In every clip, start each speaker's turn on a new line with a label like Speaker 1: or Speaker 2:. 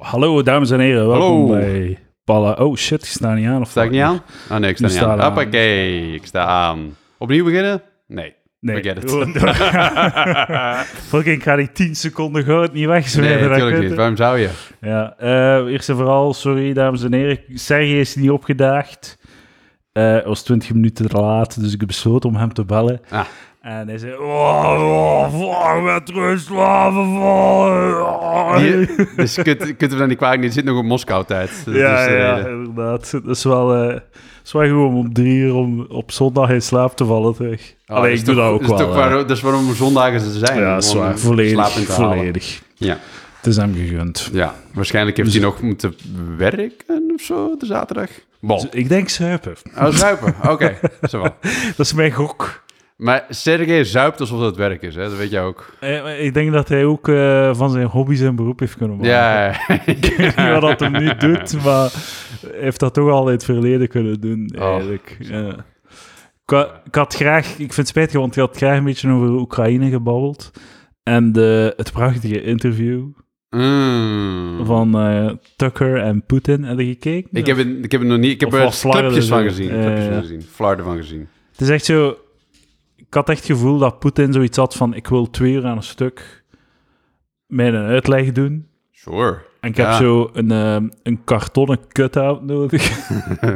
Speaker 1: Hallo dames en heren, welkom
Speaker 2: Hallo.
Speaker 1: bij Palla. Oh shit, die staat niet aan. Of
Speaker 2: Sta ik niet aan? Ah nee, ik sta
Speaker 1: Je
Speaker 2: niet
Speaker 1: staat
Speaker 2: aan.
Speaker 1: aan.
Speaker 2: Hoppakee, ik sta aan. Opnieuw beginnen? Nee.
Speaker 1: Nee.
Speaker 2: Forget it.
Speaker 1: Gewoon door- Fucking, ik ga die 10 seconden goud niet
Speaker 2: Nee,
Speaker 1: wegzweren. dat
Speaker 2: natuurlijk
Speaker 1: kunt
Speaker 2: niet. Waarom zou je?
Speaker 1: hè? Ja, eh, eerst en vooral, sorry dames en heren, Serge is niet opgedaagd. Eh was 20 minuten te laat, dus ik heb besloten om hem te bellen.
Speaker 2: Ah.
Speaker 1: En hij zei, oh, oh, oh, met rust laten vallen. Oh.
Speaker 2: Hier- dus je kunt, je kunt hem dan niet kwalijk niet. Er zit nog op Moskou tijd. Dus, eh, Dat
Speaker 1: Ja,
Speaker 2: is de
Speaker 1: ja,
Speaker 2: reden.
Speaker 1: inderdaad. Het is wel, eh het is wel goed om om drie uur om, op zondag in slaap te vallen. Zeg.
Speaker 2: Oh,
Speaker 1: Allee,
Speaker 2: is
Speaker 1: ik
Speaker 2: toch-
Speaker 1: doe dat ook
Speaker 2: is
Speaker 1: wel.
Speaker 2: Toch
Speaker 1: hè.
Speaker 2: waar, dat is waarom we zondagen ze zijn.
Speaker 1: ja, is
Speaker 2: om
Speaker 1: waar.
Speaker 2: slaap in
Speaker 1: Volledig,
Speaker 2: te halen.
Speaker 1: volledig.
Speaker 2: Ja.
Speaker 1: Het is hem gegund.
Speaker 2: ja, waarschijnlijk heeft hij nog moeten werken of zo, de zaterdag. Bon.
Speaker 1: Dus ik denk zuipen.
Speaker 2: Oh, zuipen. Oké, zo wel.
Speaker 1: Dat is mijn gok.
Speaker 2: Maar Sergej zuipt alsof dat werk is, hè? dat weet jij ook.
Speaker 1: Eh, maar Ik denk dat hij ook eh, van zijn hobby zijn beroep heeft kunnen maken.
Speaker 2: Ja,
Speaker 1: Ik weet niet wat dat hem nu doet, maar hij heeft dat toch al in het verleden kunnen doen,
Speaker 2: Oh.
Speaker 1: eigenlijk. Ja. Ik, wa- ik had graag, ik vind het spijtig, want ik had graag een beetje over Oekraïne gebabbeld. En de, het prachtige interview
Speaker 2: Mm.
Speaker 1: van eh, Tucker en Poetin hebben gekeken.
Speaker 2: Ik heb, het, ik heb het nog niet. Ik heb
Speaker 1: Of
Speaker 2: er
Speaker 1: was Florida
Speaker 2: clipjes van
Speaker 1: zo?
Speaker 2: gezien.
Speaker 1: Ja,
Speaker 2: Clipjes
Speaker 1: ja.
Speaker 2: van gezien. Flarden van gezien.
Speaker 1: Het is echt zo... Ik had echt het gevoel dat Poetin zoiets had van... Ik wil twee uur aan een stuk mijn uitleg doen.
Speaker 2: Sure.
Speaker 1: En ik heb
Speaker 2: Ja.
Speaker 1: zo een, ehm, een kartonnen cut-out nodig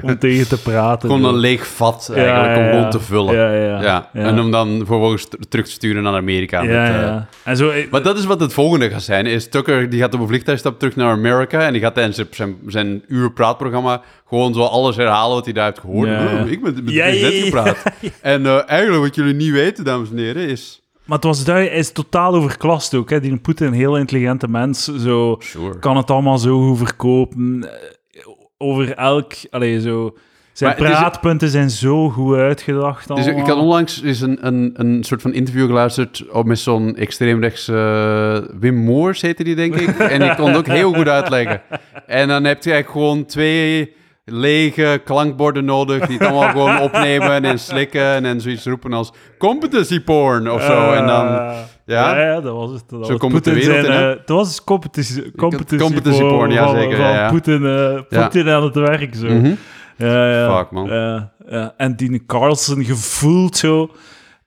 Speaker 1: om tegen te praten.
Speaker 2: Gewoon
Speaker 1: zo.
Speaker 2: een leeg vat
Speaker 1: Ja,
Speaker 2: eigenlijk om
Speaker 1: ja, ja.
Speaker 2: rond te vullen. Ja,
Speaker 1: Ja, ja.
Speaker 2: En om dan vervolgens t- terug te sturen naar Amerika.
Speaker 1: Ja,
Speaker 2: met, eh,
Speaker 1: ja. En zo... eh,
Speaker 2: Maar dat is wat het volgende gaat zijn. Is Tucker die gaat op een vliegtuig stappen terug naar Amerika. En die gaat tijdens zijn- zijn, zijn uur praatprogramma gewoon zo alles herhalen wat hij daar heeft gehoord.
Speaker 1: Ja, ja.
Speaker 2: Oh, ik ben met de
Speaker 1: Ja, ja,
Speaker 2: president
Speaker 1: ja.
Speaker 2: gepraat. En eh, eigenlijk wat jullie niet weten, dames en heren, is...
Speaker 1: Maar het was duidelijk... Hij is totaal overklast ook, hè. Die Poetin, een heel intelligente mens. Zo...
Speaker 2: Sure.
Speaker 1: kan het allemaal zo goed verkopen. Eh, Over elk, allee, zo. Zijn
Speaker 2: Maar het is-
Speaker 1: praatpunten zijn zo goed uitgedacht.
Speaker 2: Dus ik
Speaker 1: allemaal.
Speaker 2: had onlangs eens een, een, een soort van interview geluisterd op met zo'n extreemrechts... eh, Wim Moors heette die, denk ik. en die kon het ook heel goed uitleggen. En dan heb je eigenlijk gewoon twee lege klankborden nodig... die het allemaal gewoon opnemen en slikken en zoiets roepen als... competency porn of zo. en dan...
Speaker 1: Eh,
Speaker 2: ja?
Speaker 1: ja, dat was het. Dat
Speaker 2: Zo
Speaker 1: was
Speaker 2: komt het de
Speaker 1: Poetin
Speaker 2: wereld
Speaker 1: zijn,
Speaker 2: in, hè?
Speaker 1: eh, Het was competitie, competitie,
Speaker 2: competitie
Speaker 1: voor-
Speaker 2: porn, ja,
Speaker 1: van-
Speaker 2: zeker,
Speaker 1: Van
Speaker 2: ja, ja.
Speaker 1: Poetin, eh,
Speaker 2: Ja.
Speaker 1: Poetin aan het werk, zo.
Speaker 2: Mhm.
Speaker 1: ja, ja.
Speaker 2: Fuck, man.
Speaker 1: Ja, ja. En Dine Carlsen gevoeld zo.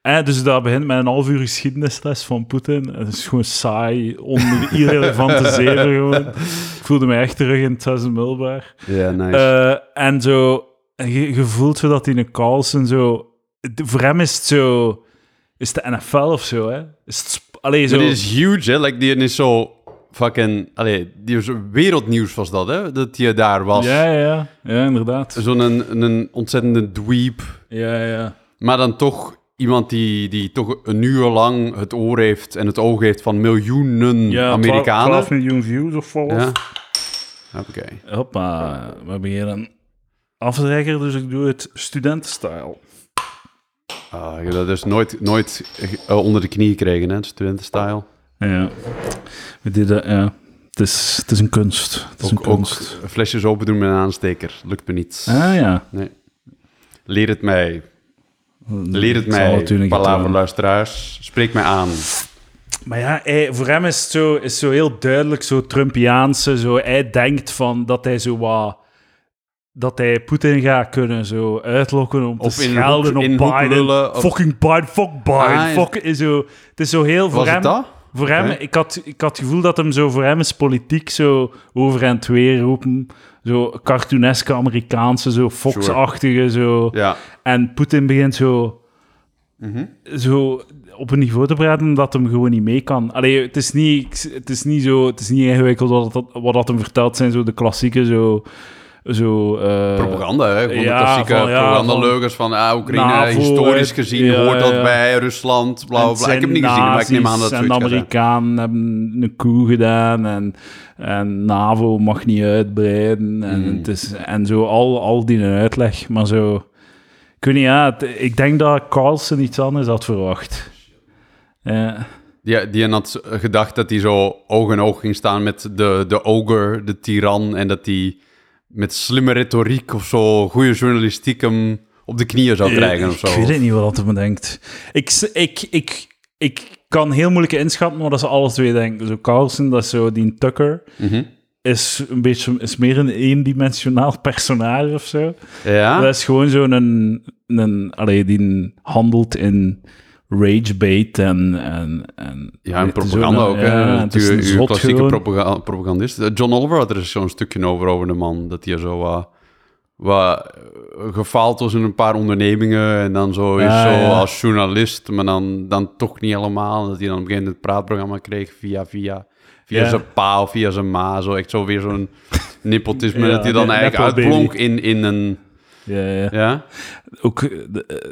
Speaker 1: Eh, dus dat begint met een half uur geschiedenisles van Poetin. Het is gewoon saai, on- irrelevante zeven gewoon. Ik voelde mij echt terug in het zesde middelbaar.
Speaker 2: Ja, nice.
Speaker 1: Eh, en zo, en je, je voelt zo dat die een Carlsen zo... de- Voor hem is het zo... Is het de NFL of zo, hè? Is het... sp- Allee, zo...
Speaker 2: Maar dit is huge, hè? Like, die is zo fucking... Allee, die is wereldnieuws was dat, hè? Dat je daar was.
Speaker 1: Ja, ja, ja, inderdaad.
Speaker 2: Zo'n een, een ontzettende dweep...
Speaker 1: Ja, ja.
Speaker 2: Maar dan toch iemand die, die toch een uur lang het oor heeft en het oog heeft van miljoenen
Speaker 1: ja
Speaker 2: Amerikanen.
Speaker 1: 12 miljoen views of volgers.
Speaker 2: Ja. Oké.
Speaker 1: Hoppa, we hebben hier een afzegger, dus ik doe het studentenstyle.
Speaker 2: Ah, ik heb dat dus nooit, nooit eh, onder de knie gekregen, hè, studentenstyle.
Speaker 1: Ja. We deden, ja. Het is, het is een kunst. Het is
Speaker 2: Ook,
Speaker 1: een
Speaker 2: ook
Speaker 1: kunst.
Speaker 2: flesjes open doen met een aansteker. Lukt me niet.
Speaker 1: Ah ja.
Speaker 2: Leer het mij. Leer het
Speaker 1: Ik zal
Speaker 2: mij.
Speaker 1: natuurlijk het,
Speaker 2: Palaver
Speaker 1: eh,
Speaker 2: luisteraars. Spreek mij aan.
Speaker 1: Maar ja, hij- voor hem is het zo, is zo heel duidelijk, zo Trumpiaanse. Zo, hij denkt van dat hij zo wat... Dat hij Poetin gaat kunnen zo uitlokken om te
Speaker 2: Of in een
Speaker 1: schelden
Speaker 2: hoek-
Speaker 1: op
Speaker 2: in een hoek
Speaker 1: Biden.
Speaker 2: lullen, of-
Speaker 1: Fucking Biden, fuck Biden.
Speaker 2: Ah, is-
Speaker 1: fuck, is zo, het is zo heel voor
Speaker 2: Was
Speaker 1: hem...
Speaker 2: het dat?
Speaker 1: Voor hem,
Speaker 2: Oké.
Speaker 1: ik, had, ik had het gevoel dat hem zo voor hem is politiek zo over en weer roepen. Zo cartooneske Amerikaanse, zo Fox-achtige. Zo.
Speaker 2: Ja.
Speaker 1: En Poetin begint zo,
Speaker 2: Mhm.
Speaker 1: zo op een niveau te praten dat hem gewoon niet mee kan. Allee, het is niet, het is niet zo, het is niet ingewikkeld wat, dat- wat dat hem verteld zijn, zo de klassieke, zo... zo eh,
Speaker 2: Propaganda, hè? Gewoon
Speaker 1: ja,
Speaker 2: de klassieke
Speaker 1: van- ja,
Speaker 2: propagandaleugens van, ah, Oekraïne,
Speaker 1: NAVO,
Speaker 2: historisch
Speaker 1: eh,
Speaker 2: gezien,
Speaker 1: ja,
Speaker 2: hoort dat
Speaker 1: ja.
Speaker 2: bij Rusland, bla
Speaker 1: en
Speaker 2: bla
Speaker 1: het
Speaker 2: bla. Ik heb
Speaker 1: zijn
Speaker 2: het niet gezien, maar ik neem aan dat
Speaker 1: nazi's
Speaker 2: het
Speaker 1: En de
Speaker 2: zoiets gaat zijn.
Speaker 1: Amerikanen hebben een coup gedaan en, en NAVO mag niet uitbreiden. En,
Speaker 2: Mhm.
Speaker 1: het is, en zo, al, al die uitleg. Maar zo... Ik weet niet, ja, het- ik denk dat Carlsen iets anders had verwacht. Ja.
Speaker 2: Die, die had gedacht dat hij zo oog in oog ging staan met de, de ogre, de tiran. En dat hij met slimme retoriek of zo goede journalistiek hem op de knieën zou krijgen of zo.
Speaker 1: Ik weet het niet wat dat me denkt. Ik, s- ik, ik, ik kan heel moeilijk inschatten wat ze alle twee denken. Zo Carlsen, dat is zo die Tucker.
Speaker 2: Mhm.
Speaker 1: is een beetje is meer een eendimensionaal personage of zo.
Speaker 2: Ja?
Speaker 1: Dat is gewoon zo'n... Een, een, allee, die handelt in rage bait en... en, en
Speaker 2: Ja, en
Speaker 1: het is
Speaker 2: propaganda
Speaker 1: zo'n-
Speaker 2: ook.
Speaker 1: ja,
Speaker 2: hè.
Speaker 1: het is
Speaker 2: uw,
Speaker 1: een
Speaker 2: uw
Speaker 1: zot
Speaker 2: klassieke
Speaker 1: gewoon.
Speaker 2: propaga- propagandist. Eh, John Oliver had er zo'n stukje over, over de man. Dat hij zo wat, wat eh, gefaald was in een paar ondernemingen. En dan zo is
Speaker 1: Ah,
Speaker 2: zo
Speaker 1: ja.
Speaker 2: als journalist, maar dan, dan toch niet helemaal. Dat hij dan op een gegeven moment het praatprogramma kreeg via, via, via
Speaker 1: Ja.
Speaker 2: zijn pa of via zijn ma. Zo echt zo weer zo'n nepotisme.
Speaker 1: Ja,
Speaker 2: dat hij dan
Speaker 1: ne-
Speaker 2: eigenlijk
Speaker 1: nepo baby.
Speaker 2: uitblonk in, in een...
Speaker 1: Ja, ja.
Speaker 2: Ja?
Speaker 1: Ook eh, de,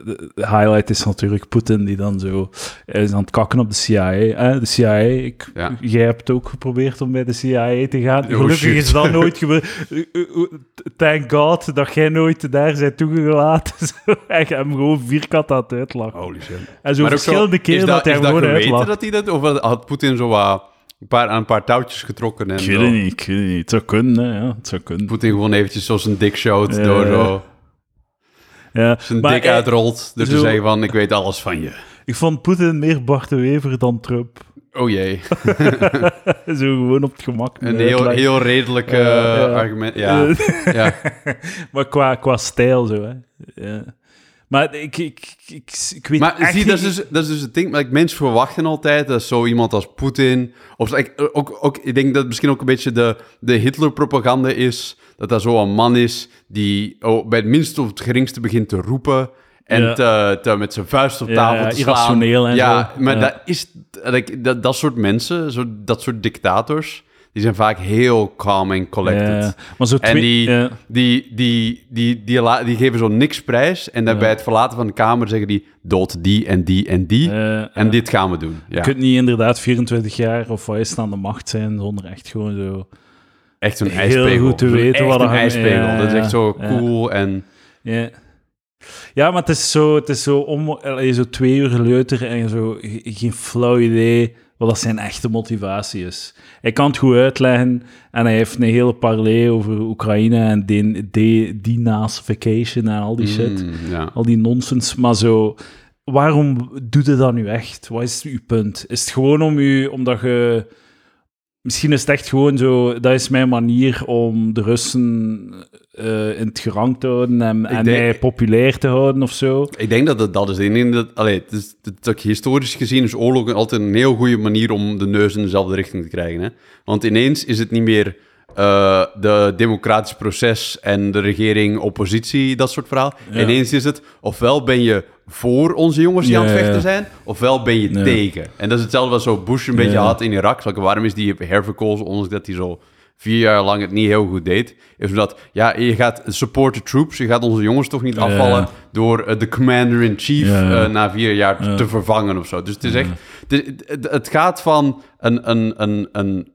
Speaker 1: de- de highlight is natuurlijk Poetin, die dan zo hij is aan het kakken op de CIA. hè. de CIA, ik,
Speaker 2: Ja.
Speaker 1: jij hebt ook geprobeerd om bij de CIA te gaan.
Speaker 2: Oh,
Speaker 1: Gelukkig
Speaker 2: shit.
Speaker 1: is dat nooit gebeurd. Thank God dat jij nooit daar bent toegelaten. Zo, en je hem gewoon vierkant aan het uitlachen.
Speaker 2: Holy shit.
Speaker 1: En zo
Speaker 2: Oh. ook
Speaker 1: verschillende
Speaker 2: zo,
Speaker 1: keren
Speaker 2: is
Speaker 1: dat, hij hem
Speaker 2: is
Speaker 1: gewoon
Speaker 2: geweten
Speaker 1: uitlacht.
Speaker 2: dat hij dat... Of had Poetin zo wat... Een paar, aan een paar touwtjes getrokken en
Speaker 1: Ik weet
Speaker 2: zo?
Speaker 1: het niet, ik weet het niet. Het zou kunnen, hè, ja. Het zou kunnen.
Speaker 2: Poetin gewoon eventjes zoals een dik showt
Speaker 1: Ja.
Speaker 2: door zo
Speaker 1: Ja.
Speaker 2: zijn
Speaker 1: Maar
Speaker 2: dik
Speaker 1: hij-
Speaker 2: uitrolt. Dus te
Speaker 1: zo-
Speaker 2: zeggen van, ik weet alles van je.
Speaker 1: Ik vond Poetin meer Bart de Wever dan Trump.
Speaker 2: Oh jee.
Speaker 1: Zo gewoon op het gemak.
Speaker 2: Een heel,
Speaker 1: uitlachen.
Speaker 2: heel redelijk eh, argument. Ja.
Speaker 1: Eh,
Speaker 2: ja.
Speaker 1: Maar qua, qua stijl zo, hè. Ja. Maar ik, ik, ik, ik weet
Speaker 2: Maar
Speaker 1: echt
Speaker 2: zie, dat is,
Speaker 1: niet-
Speaker 2: dus, dat is dus het ding. Like, mensen verwachten altijd dat zo iemand als Poetin... Of like, eh, ook, ook, ik denk dat het misschien ook een beetje de, de Hitler-propaganda is. Dat dat zo een man is die oh, bij het minste of het geringste begint te roepen... En
Speaker 1: Ja.
Speaker 2: te, te- met zijn vuist op
Speaker 1: Ja,
Speaker 2: tafel
Speaker 1: ja,
Speaker 2: te slaan.
Speaker 1: irrationeel en
Speaker 2: ja,
Speaker 1: zo.
Speaker 2: maar
Speaker 1: Ja.
Speaker 2: dat is... like, dat, dat soort mensen, zo, dat soort dictators... Die zijn vaak heel calm en collected.
Speaker 1: Ja, maar zo
Speaker 2: En
Speaker 1: twee-
Speaker 2: die,
Speaker 1: ja.
Speaker 2: die, die, die, die, la- die geven zo niks prijs. En dan bij het verlaten van de kamer zeggen die... dood die en die en die.
Speaker 1: Eh,
Speaker 2: en dit gaan we doen. Ja.
Speaker 1: Je kunt niet inderdaad 24 jaar of wat is het aan de macht zijn zonder echt gewoon zo...
Speaker 2: Echt zo'n
Speaker 1: heel
Speaker 2: ijspegel.
Speaker 1: goed te
Speaker 2: Zo'n
Speaker 1: weten
Speaker 2: echt
Speaker 1: wat
Speaker 2: een
Speaker 1: er-
Speaker 2: ijspegel.
Speaker 1: ja,
Speaker 2: dat is echt zo
Speaker 1: ja.
Speaker 2: cool en...
Speaker 1: Ja, ja maar het is zo, het is zo, om, allee, zo twee uur later en zo ge- geen flauw idee wat dat zijn echte motivatie is. Hij kan het goed uitleggen en hij heeft een hele parley over Oekraïne en de, de, denazification en al die shit.
Speaker 2: Mm, ja.
Speaker 1: al die nonsens, maar zo... Waarom doe je dat nu echt? Wat is uw punt? Is het gewoon om u, omdat je... Misschien is het echt gewoon zo, dat is mijn manier om de Russen eh, in het gerang te houden en, en
Speaker 2: denk-
Speaker 1: mij populair te houden of zo.
Speaker 2: Ik denk dat het, dat is de enige... Dat, allee, het is, dat, dat historisch gezien is oorlog altijd een heel goede manier... om de neus in dezelfde richting te krijgen. Hè? Want ineens is het niet meer... eh, de democratisch proces en de regering, oppositie, dat soort verhaal. Ineens is het, ofwel ben je voor onze jongens die aan het
Speaker 1: Ja, ja,
Speaker 2: vechten
Speaker 1: ja.
Speaker 2: zijn, ofwel ben je
Speaker 1: Ja.
Speaker 2: tegen. En dat is hetzelfde wat zo Bush een beetje
Speaker 1: Ja.
Speaker 2: had in Irak. Like, waarom is die herverkozen, ondanks dat hij zo vier jaar lang het niet heel goed deed? Is omdat, ja, je gaat support the troops, je gaat onze jongens toch niet afvallen door eh, de commander-in-chief
Speaker 1: Ja, ja.
Speaker 2: eh, na vier jaar te vervangen of zo. Dus het is echt, het, is- het- het gaat van een, een, een, een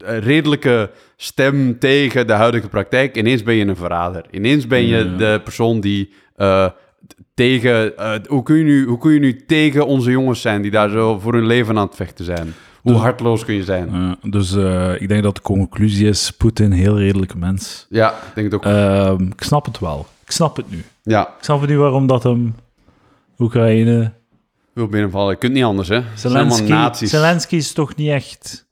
Speaker 2: een redelijke stem tegen de huidige praktijk. Ineens ben je een verrader. Ineens ben je de persoon die eh, t- tegen. eh, hoe, kun je nu, hoe kun je nu tegen onze jongens zijn die daar zo voor hun leven aan het vechten zijn? Hoe hartloos kun je zijn? Ja,
Speaker 1: Eh, dus eh, ik denk dat de conclusie is, Poetin, heel redelijke mens.
Speaker 2: ik denk het ook.
Speaker 1: Ehm, ik snap het wel. Ik snap het nu.
Speaker 2: ja,
Speaker 1: Ik snap het nu waarom dat hem Oekraïne...
Speaker 2: wil binnenvallen. Je kunt niet anders, hè? Het zijn allemaal
Speaker 1: Zelensky,
Speaker 2: nazi's.
Speaker 1: Zelensky is toch niet echt...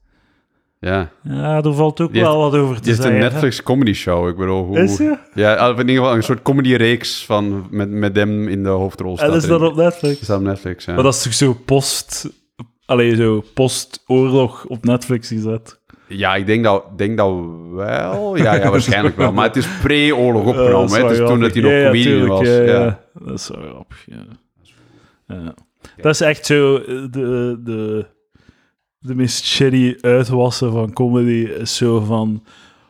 Speaker 2: Ja.
Speaker 1: Ja, er valt ook
Speaker 2: Die
Speaker 1: wel wat over
Speaker 2: Het
Speaker 1: te
Speaker 2: is een
Speaker 1: zeggen.
Speaker 2: Netflix comedy show. Ik bedoel, hoe...
Speaker 1: Is die?
Speaker 2: Ja, of in ieder geval een soort comedy reeks van met, met hem in de hoofdrol staat.
Speaker 1: En is
Speaker 2: erin.
Speaker 1: dat op Netflix?
Speaker 2: Staat op Netflix, ja.
Speaker 1: Maar dat is toch zo post... Allee, zo post-oorlog op Netflix gezet.
Speaker 2: Ja, ik denk dat, denk dat wel. Ja, ja, waarschijnlijk wel. Maar het is pre-oorlog
Speaker 1: Eh,
Speaker 2: opgenomen.
Speaker 1: dat is
Speaker 2: hè.
Speaker 1: wel
Speaker 2: Het is toen dat
Speaker 1: grappig.
Speaker 2: hij nog
Speaker 1: Ja, ja,
Speaker 2: comedian
Speaker 1: tuurlijk,
Speaker 2: was.
Speaker 1: Ja, ja.
Speaker 2: ja.
Speaker 1: Dat is wel grappig, ja. Ja. Dat is echt zo eh, de, de, de meest shitty uitwassen van comedy. Is zo van...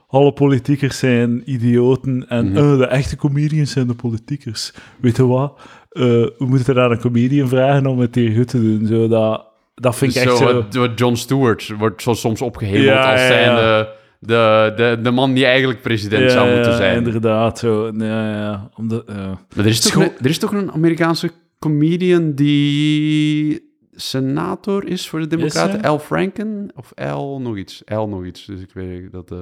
Speaker 1: Alle politiekers zijn idioten en
Speaker 2: Mhm.
Speaker 1: eh, de echte comedians zijn de politiekers. Weet je wat? Eh, we moeten aan een comedian vragen om het hier goed te doen. Zo, dat, dat vind ik echt
Speaker 2: Dus Zo,
Speaker 1: zo...
Speaker 2: wat- wat John Stewart wordt zo soms opgehemeld
Speaker 1: Ja,
Speaker 2: als
Speaker 1: ja,
Speaker 2: zijn
Speaker 1: ja.
Speaker 2: De, de, de, de man die eigenlijk president zou moeten zijn.
Speaker 1: inderdaad. Zo. Ja, ja. Omdat, ja.
Speaker 2: Maar er is, toch
Speaker 1: Schoon-
Speaker 2: een, er is toch een Amerikaanse comedian die senator is voor de Democraten?
Speaker 1: hij?
Speaker 2: Al Franken? Of Al nog iets? Al nog iets. Dus ik weet dat... eh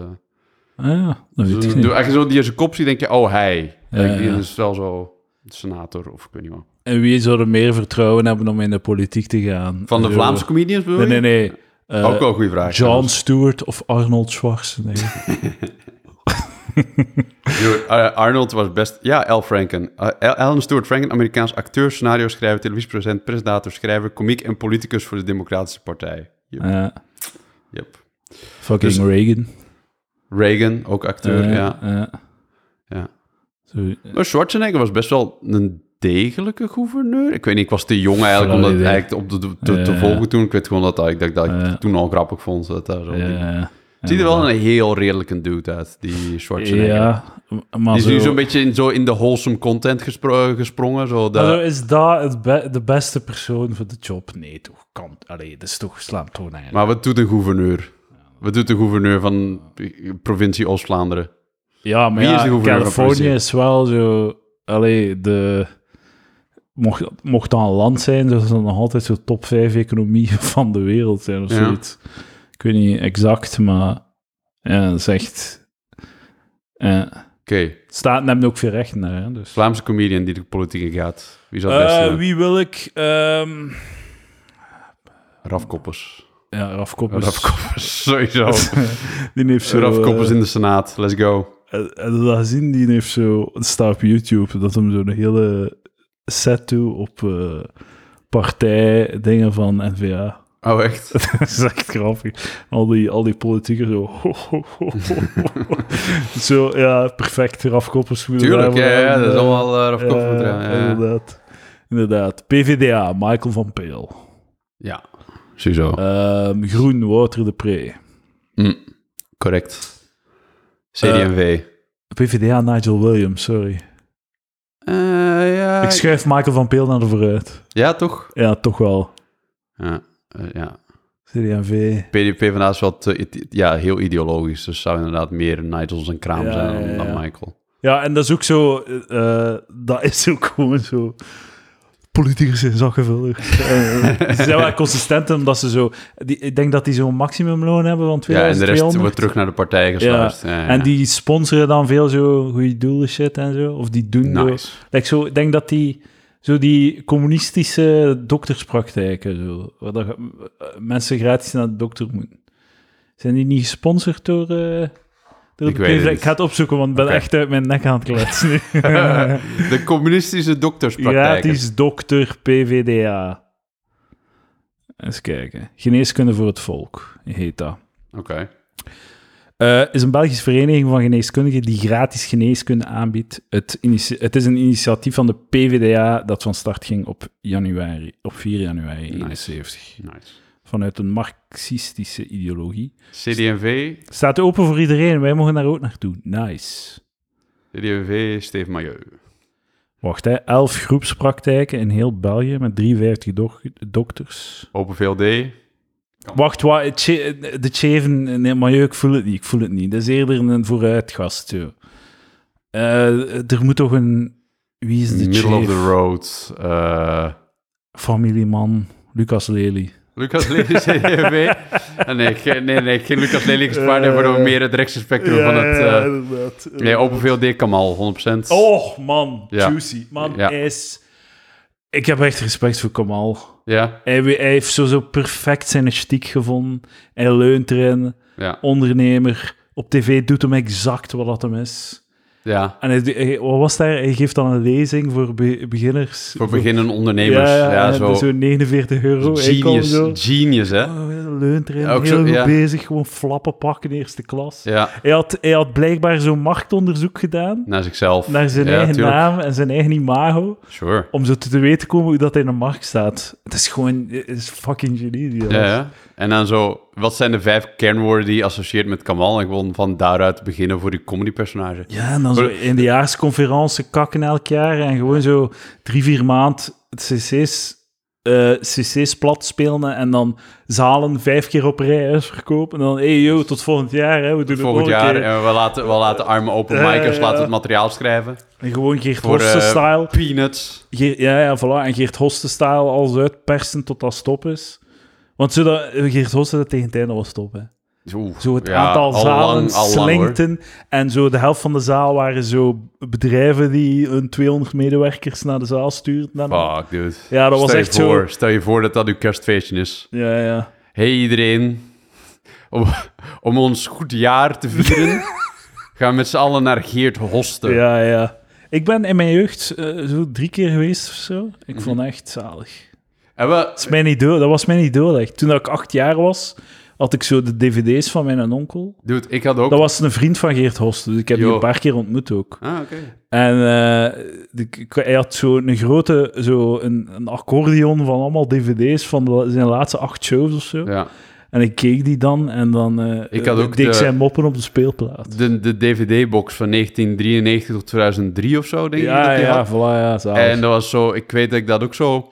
Speaker 1: Ah, ja, dat weet
Speaker 2: dus
Speaker 1: ik
Speaker 2: doe-
Speaker 1: niet.
Speaker 2: als je zo die in zijn kop ziet, denk je, oh, hij.
Speaker 1: Ja,
Speaker 2: Kijk, die
Speaker 1: ja.
Speaker 2: is wel zo senator of ik weet niet wat.
Speaker 1: En wie zou er meer vertrouwen hebben om in de politiek te gaan?
Speaker 2: Van de
Speaker 1: Zo.
Speaker 2: Vlaamse comedians bedoel
Speaker 1: Nee,
Speaker 2: je?
Speaker 1: nee, nee. eh,
Speaker 2: Ook wel een goede vraag.
Speaker 1: John Stewart of Arnold Schwarzenegger.
Speaker 2: Dude, eh, Arnold was best... Ja, Al Franken. Eh, Alan Stewart Franken, Amerikaans acteur, scenario schrijver, televisiepresentator, presentator, schrijver, komiek en politicus voor de Democratische Partij. Yep.
Speaker 1: Eh,
Speaker 2: yep.
Speaker 1: fucking
Speaker 2: Dus-
Speaker 1: Reagan.
Speaker 2: Reagan, ook acteur,
Speaker 1: Eh,
Speaker 2: ja.
Speaker 1: eh.
Speaker 2: ja.
Speaker 1: Zo-
Speaker 2: Maar Schwarzenegger was best wel een degelijke gouverneur. Ik weet niet, ik was te jong eigenlijk om
Speaker 1: Flauw
Speaker 2: dat
Speaker 1: idee.
Speaker 2: eigenlijk op de, te, te
Speaker 1: Ja.
Speaker 2: volgen toen. Ik weet gewoon dat, dat ik, dat, ik dat
Speaker 1: Ja.
Speaker 2: toen al grappig vond. Dat daar zo
Speaker 1: ja,
Speaker 2: die-
Speaker 1: ja.
Speaker 2: Ziet er wel een heel redelijke dude uit, die Schwarzenegger.
Speaker 1: Ja, maar
Speaker 2: Die is nu
Speaker 1: zo-
Speaker 2: zo'n beetje in, zo in de wholesome content gespro- gesprongen. Zo dat-
Speaker 1: Also, is dat het be- de beste persoon voor de job? Nee, toch? Kan, allee, dat is toch slaat toch naar.
Speaker 2: Maar wat doet een gouverneur? Wat doet de gouverneur van eh, provincie Oost-Vlaanderen?
Speaker 1: ja, maar
Speaker 2: wie is
Speaker 1: ja,
Speaker 2: de gouverneur van
Speaker 1: Californië
Speaker 2: Brazilië?
Speaker 1: is wel zo... Allee, de, mocht, mocht dat een land zijn, zou dat nog altijd zo top 5 economie van de wereld zijn of
Speaker 2: Ja.
Speaker 1: zoiets. Ik weet niet exact, maar ja, dat is echt... eh,
Speaker 2: Oké,
Speaker 1: staten hebben ook veel rechten daar, hè, dus...
Speaker 2: Vlaamse comedian die de politiek in gaat. Wie zou het beste
Speaker 1: Eh,
Speaker 2: zijn?
Speaker 1: wie wil ik? Ehm,
Speaker 2: Raf Koppers.
Speaker 1: ja, Raf Koppers.
Speaker 2: Raf Koppers, sowieso.
Speaker 1: Die heeft zo...
Speaker 2: Raf
Speaker 1: eh,
Speaker 2: Koppers in de Senaat, let's go.
Speaker 1: En en dat gezien, die heeft zo, het staat op YouTube, dat hem zo'n hele set toe op eh, partij, dingen van NVA.
Speaker 2: Oh, echt?
Speaker 1: dat is echt grappig. Al die, al die politieken zo. zo, ja, perfect. Raf Koppers moet er
Speaker 2: Tuurlijk, ja,
Speaker 1: daarvoor
Speaker 2: ja,
Speaker 1: aan,
Speaker 2: dat is
Speaker 1: eh,
Speaker 2: allemaal eh, Raf Koppers. moet
Speaker 1: ja,
Speaker 2: eraan, ja, ja.
Speaker 1: Inderdaad. Inderdaad. PVDA, Michael van Peel.
Speaker 2: Ja, sowieso.
Speaker 1: Ehm, Groen, Wouter de Pre.
Speaker 2: Mm, Correct. Eh, CDMV.
Speaker 1: PVDA, Nigel Williams, sorry.
Speaker 2: Eh, ja,
Speaker 1: Ik schuif Michael van Peel naar de vooruit.
Speaker 2: ja, toch?
Speaker 1: Ja, toch wel.
Speaker 2: Ja, eh, ja.
Speaker 1: CD&V.
Speaker 2: PDP vandaag is wat eh, ide- ja, heel ideologisch. Dus zou inderdaad meer Nigels en Kraam
Speaker 1: Ja,
Speaker 2: zijn dan,
Speaker 1: ja, ja.
Speaker 2: dan Michael.
Speaker 1: Ja, en dat is ook zo. eh, eh, dat is ook gewoon zo. Politiekers zijn zakkenvuldig. Eh, ze zijn wel consistent omdat ze zo. Die, ik denk dat die zo'n maximumloon hebben van
Speaker 2: Ja, en de rest
Speaker 1: 2200.
Speaker 2: wordt terug naar de partij gesluist. Ja, ja.
Speaker 1: En die sponsoren dan veel zo goede doelen shit en zo. Of die doen zo.
Speaker 2: Nice.
Speaker 1: Like zo. Ik denk dat die. Zo die communistische dokterspraktijken. Zo, waar dat, je- eh, mensen gratis naar de dokter moeten. Zijn die niet gesponsord door. eh, door
Speaker 2: Ik
Speaker 1: de
Speaker 2: weet het
Speaker 1: PvdA?
Speaker 2: niet.
Speaker 1: ik ga het opzoeken, want ik ben
Speaker 2: Oké.
Speaker 1: echt uit mijn nek aan het kletsen nu.
Speaker 2: De communistische dokterspraktijken.
Speaker 1: Gratis dokter PVDA. Eens kijken. Geneeskunde voor het volk heet dat.
Speaker 2: Oké.
Speaker 1: Eh, is een Belgische vereniging van geneeskundigen die gratis geneeskunde aanbiedt. Het, initi- het is een initiatief van de PVDA dat van start ging op, januari, op 4 januari 1971.
Speaker 2: Nice.
Speaker 1: Vanuit een marxistische ideologie.
Speaker 2: CDMV,
Speaker 1: Staat open voor iedereen, wij mogen daar ook naartoe. Nice.
Speaker 2: CDMV, Steve Mailleu.
Speaker 1: Wacht, hè. elf groepspraktijken in heel België met 53 dok- dokters.
Speaker 2: Open VLD.
Speaker 1: Wacht, wat, het che- de cheven, nee, maar ik voel het niet, ik voel het niet. Dat is eerder een vooruitgast. Zo. Eh, er moet toch een... Wie is de
Speaker 2: Middle
Speaker 1: chef?
Speaker 2: of the road. eh,
Speaker 1: Familieman, Lucas Lely.
Speaker 2: Lucas Lely, CDMV. Ah, nee, geen- nee, nee, geen Lucas Lely gespaard.
Speaker 1: Eh,
Speaker 2: hebben we meer het rechtse spectrum van het... eh,
Speaker 1: inderdaad.
Speaker 2: nee, open VLD Kamal, 100%.
Speaker 1: Oh, man,
Speaker 2: Ja.
Speaker 1: juicy. Man,
Speaker 2: Ja.
Speaker 1: hij is... Ik heb echt respect voor Kamal.
Speaker 2: Ja,
Speaker 1: Hij, hij heeft zo, zo perfect zijn stiek gevonden. Hij leunt erin,
Speaker 2: ja,
Speaker 1: ondernemer. Op tv doet hem exact wat dat hem is.
Speaker 2: ja.
Speaker 1: En hij, hij- wat was daar? Hij geeft dan een lezing voor be- beginners.
Speaker 2: Voor beginnende ondernemers. Ja,
Speaker 1: en
Speaker 2: zo.
Speaker 1: dus zo 49 euro. Hij komt
Speaker 2: Genius,
Speaker 1: zo.
Speaker 2: genius, hè?
Speaker 1: Oh, leunt erin,
Speaker 2: Ja, ook
Speaker 1: heel
Speaker 2: zo,
Speaker 1: goed
Speaker 2: ja.
Speaker 1: bezig. Gewoon flappen pakken, eerste klas.
Speaker 2: Ja,
Speaker 1: Hij, had, hij had blijkbaar zo'n marktonderzoek gedaan
Speaker 2: naar zichzelf.
Speaker 1: naar zijn
Speaker 2: Ja,
Speaker 1: eigen
Speaker 2: tuurlijk.
Speaker 1: naam en zijn eigen imago,
Speaker 2: Sure.
Speaker 1: om zo te te weten te komen hoe dat hij in de markt staat. Het is gewoon het is fucking genie. Die
Speaker 2: Ja,
Speaker 1: gast.
Speaker 2: ja. En dan zo, wat zijn de vijf kernwoorden die je associeert met Kamal? En gewoon van daaruit beginnen voor die comedy-personage.
Speaker 1: Ja, en dan zo in de jaarsconferentie kakken elk jaar en gewoon zo drie, vier maand het cc's, eh, cc's plat spelen en dan zalen vijf keer op rij uitverkopen. En dan, hey yo, tot volgend jaar, hè, we doen het
Speaker 2: Volgend
Speaker 1: nog een
Speaker 2: jaar,
Speaker 1: keer.
Speaker 2: en we laten, we laten arme open
Speaker 1: Ja, ja,
Speaker 2: micers
Speaker 1: ja.
Speaker 2: laten het materiaal schrijven.
Speaker 1: En gewoon Geert
Speaker 2: Voor, eh,
Speaker 1: Hosten-style.
Speaker 2: Peanuts.
Speaker 1: Geer- ja, ja, voilà. En Geert Hosten-style alles uitpersen tot dat stop is. Want zodat, Geert Hosten dat tegen het einde was stop, hè.
Speaker 2: Oeh,
Speaker 1: Zo het
Speaker 2: ja,
Speaker 1: aantal
Speaker 2: al
Speaker 1: zalen
Speaker 2: lang- al lang, hoor.
Speaker 1: slingten. En zo de helft van de zaal waren zo bedrijven die hun 200 medewerkers naar de zaal stuurden.
Speaker 2: Fuck, dude.
Speaker 1: Ja, dat was
Speaker 2: stel
Speaker 1: echt
Speaker 2: je
Speaker 1: zo-
Speaker 2: voor, Stel je voor dat dat uw kerstfeestje is.
Speaker 1: Ja, ja.
Speaker 2: Hey iedereen, om, om ons goed jaar te vieren, gaan we met z'n allen naar Geert Hosten.
Speaker 1: Ja, ja. Ik ben in mijn jeugd eh, zo drie keer geweest of zo. Ik vond
Speaker 2: Mhm.
Speaker 1: het echt zalig.
Speaker 2: En
Speaker 1: Dat,
Speaker 2: we,
Speaker 1: is mijn idool, dat was mijn idool echt. Toen dat ik acht jaar was, had ik zo de dvd's van mijn onkel.
Speaker 2: dude, ik had ook...
Speaker 1: Dat was een vriend van Geert Hosten, dus ik heb die
Speaker 2: Jo.
Speaker 1: een paar keer ontmoet ook.
Speaker 2: Ah, oké.
Speaker 1: En eh, de- ik- hij had zo'n grote, zo een, een accordeon van allemaal dvd's van de- zijn laatste acht shows of zo.
Speaker 2: Ja.
Speaker 1: En ik keek die dan en dan eh
Speaker 2: Ik had ook
Speaker 1: deed ik
Speaker 2: de-
Speaker 1: zijn moppen op de speelplaat.
Speaker 2: De, de DVD-box van 1993 tot 2003 of zo, denk ik.
Speaker 1: Ja,
Speaker 2: Dat die
Speaker 1: ja,
Speaker 2: had.
Speaker 1: voilà, ja, zalig.
Speaker 2: En dat was zo, ik weet dat ik dat ook zo,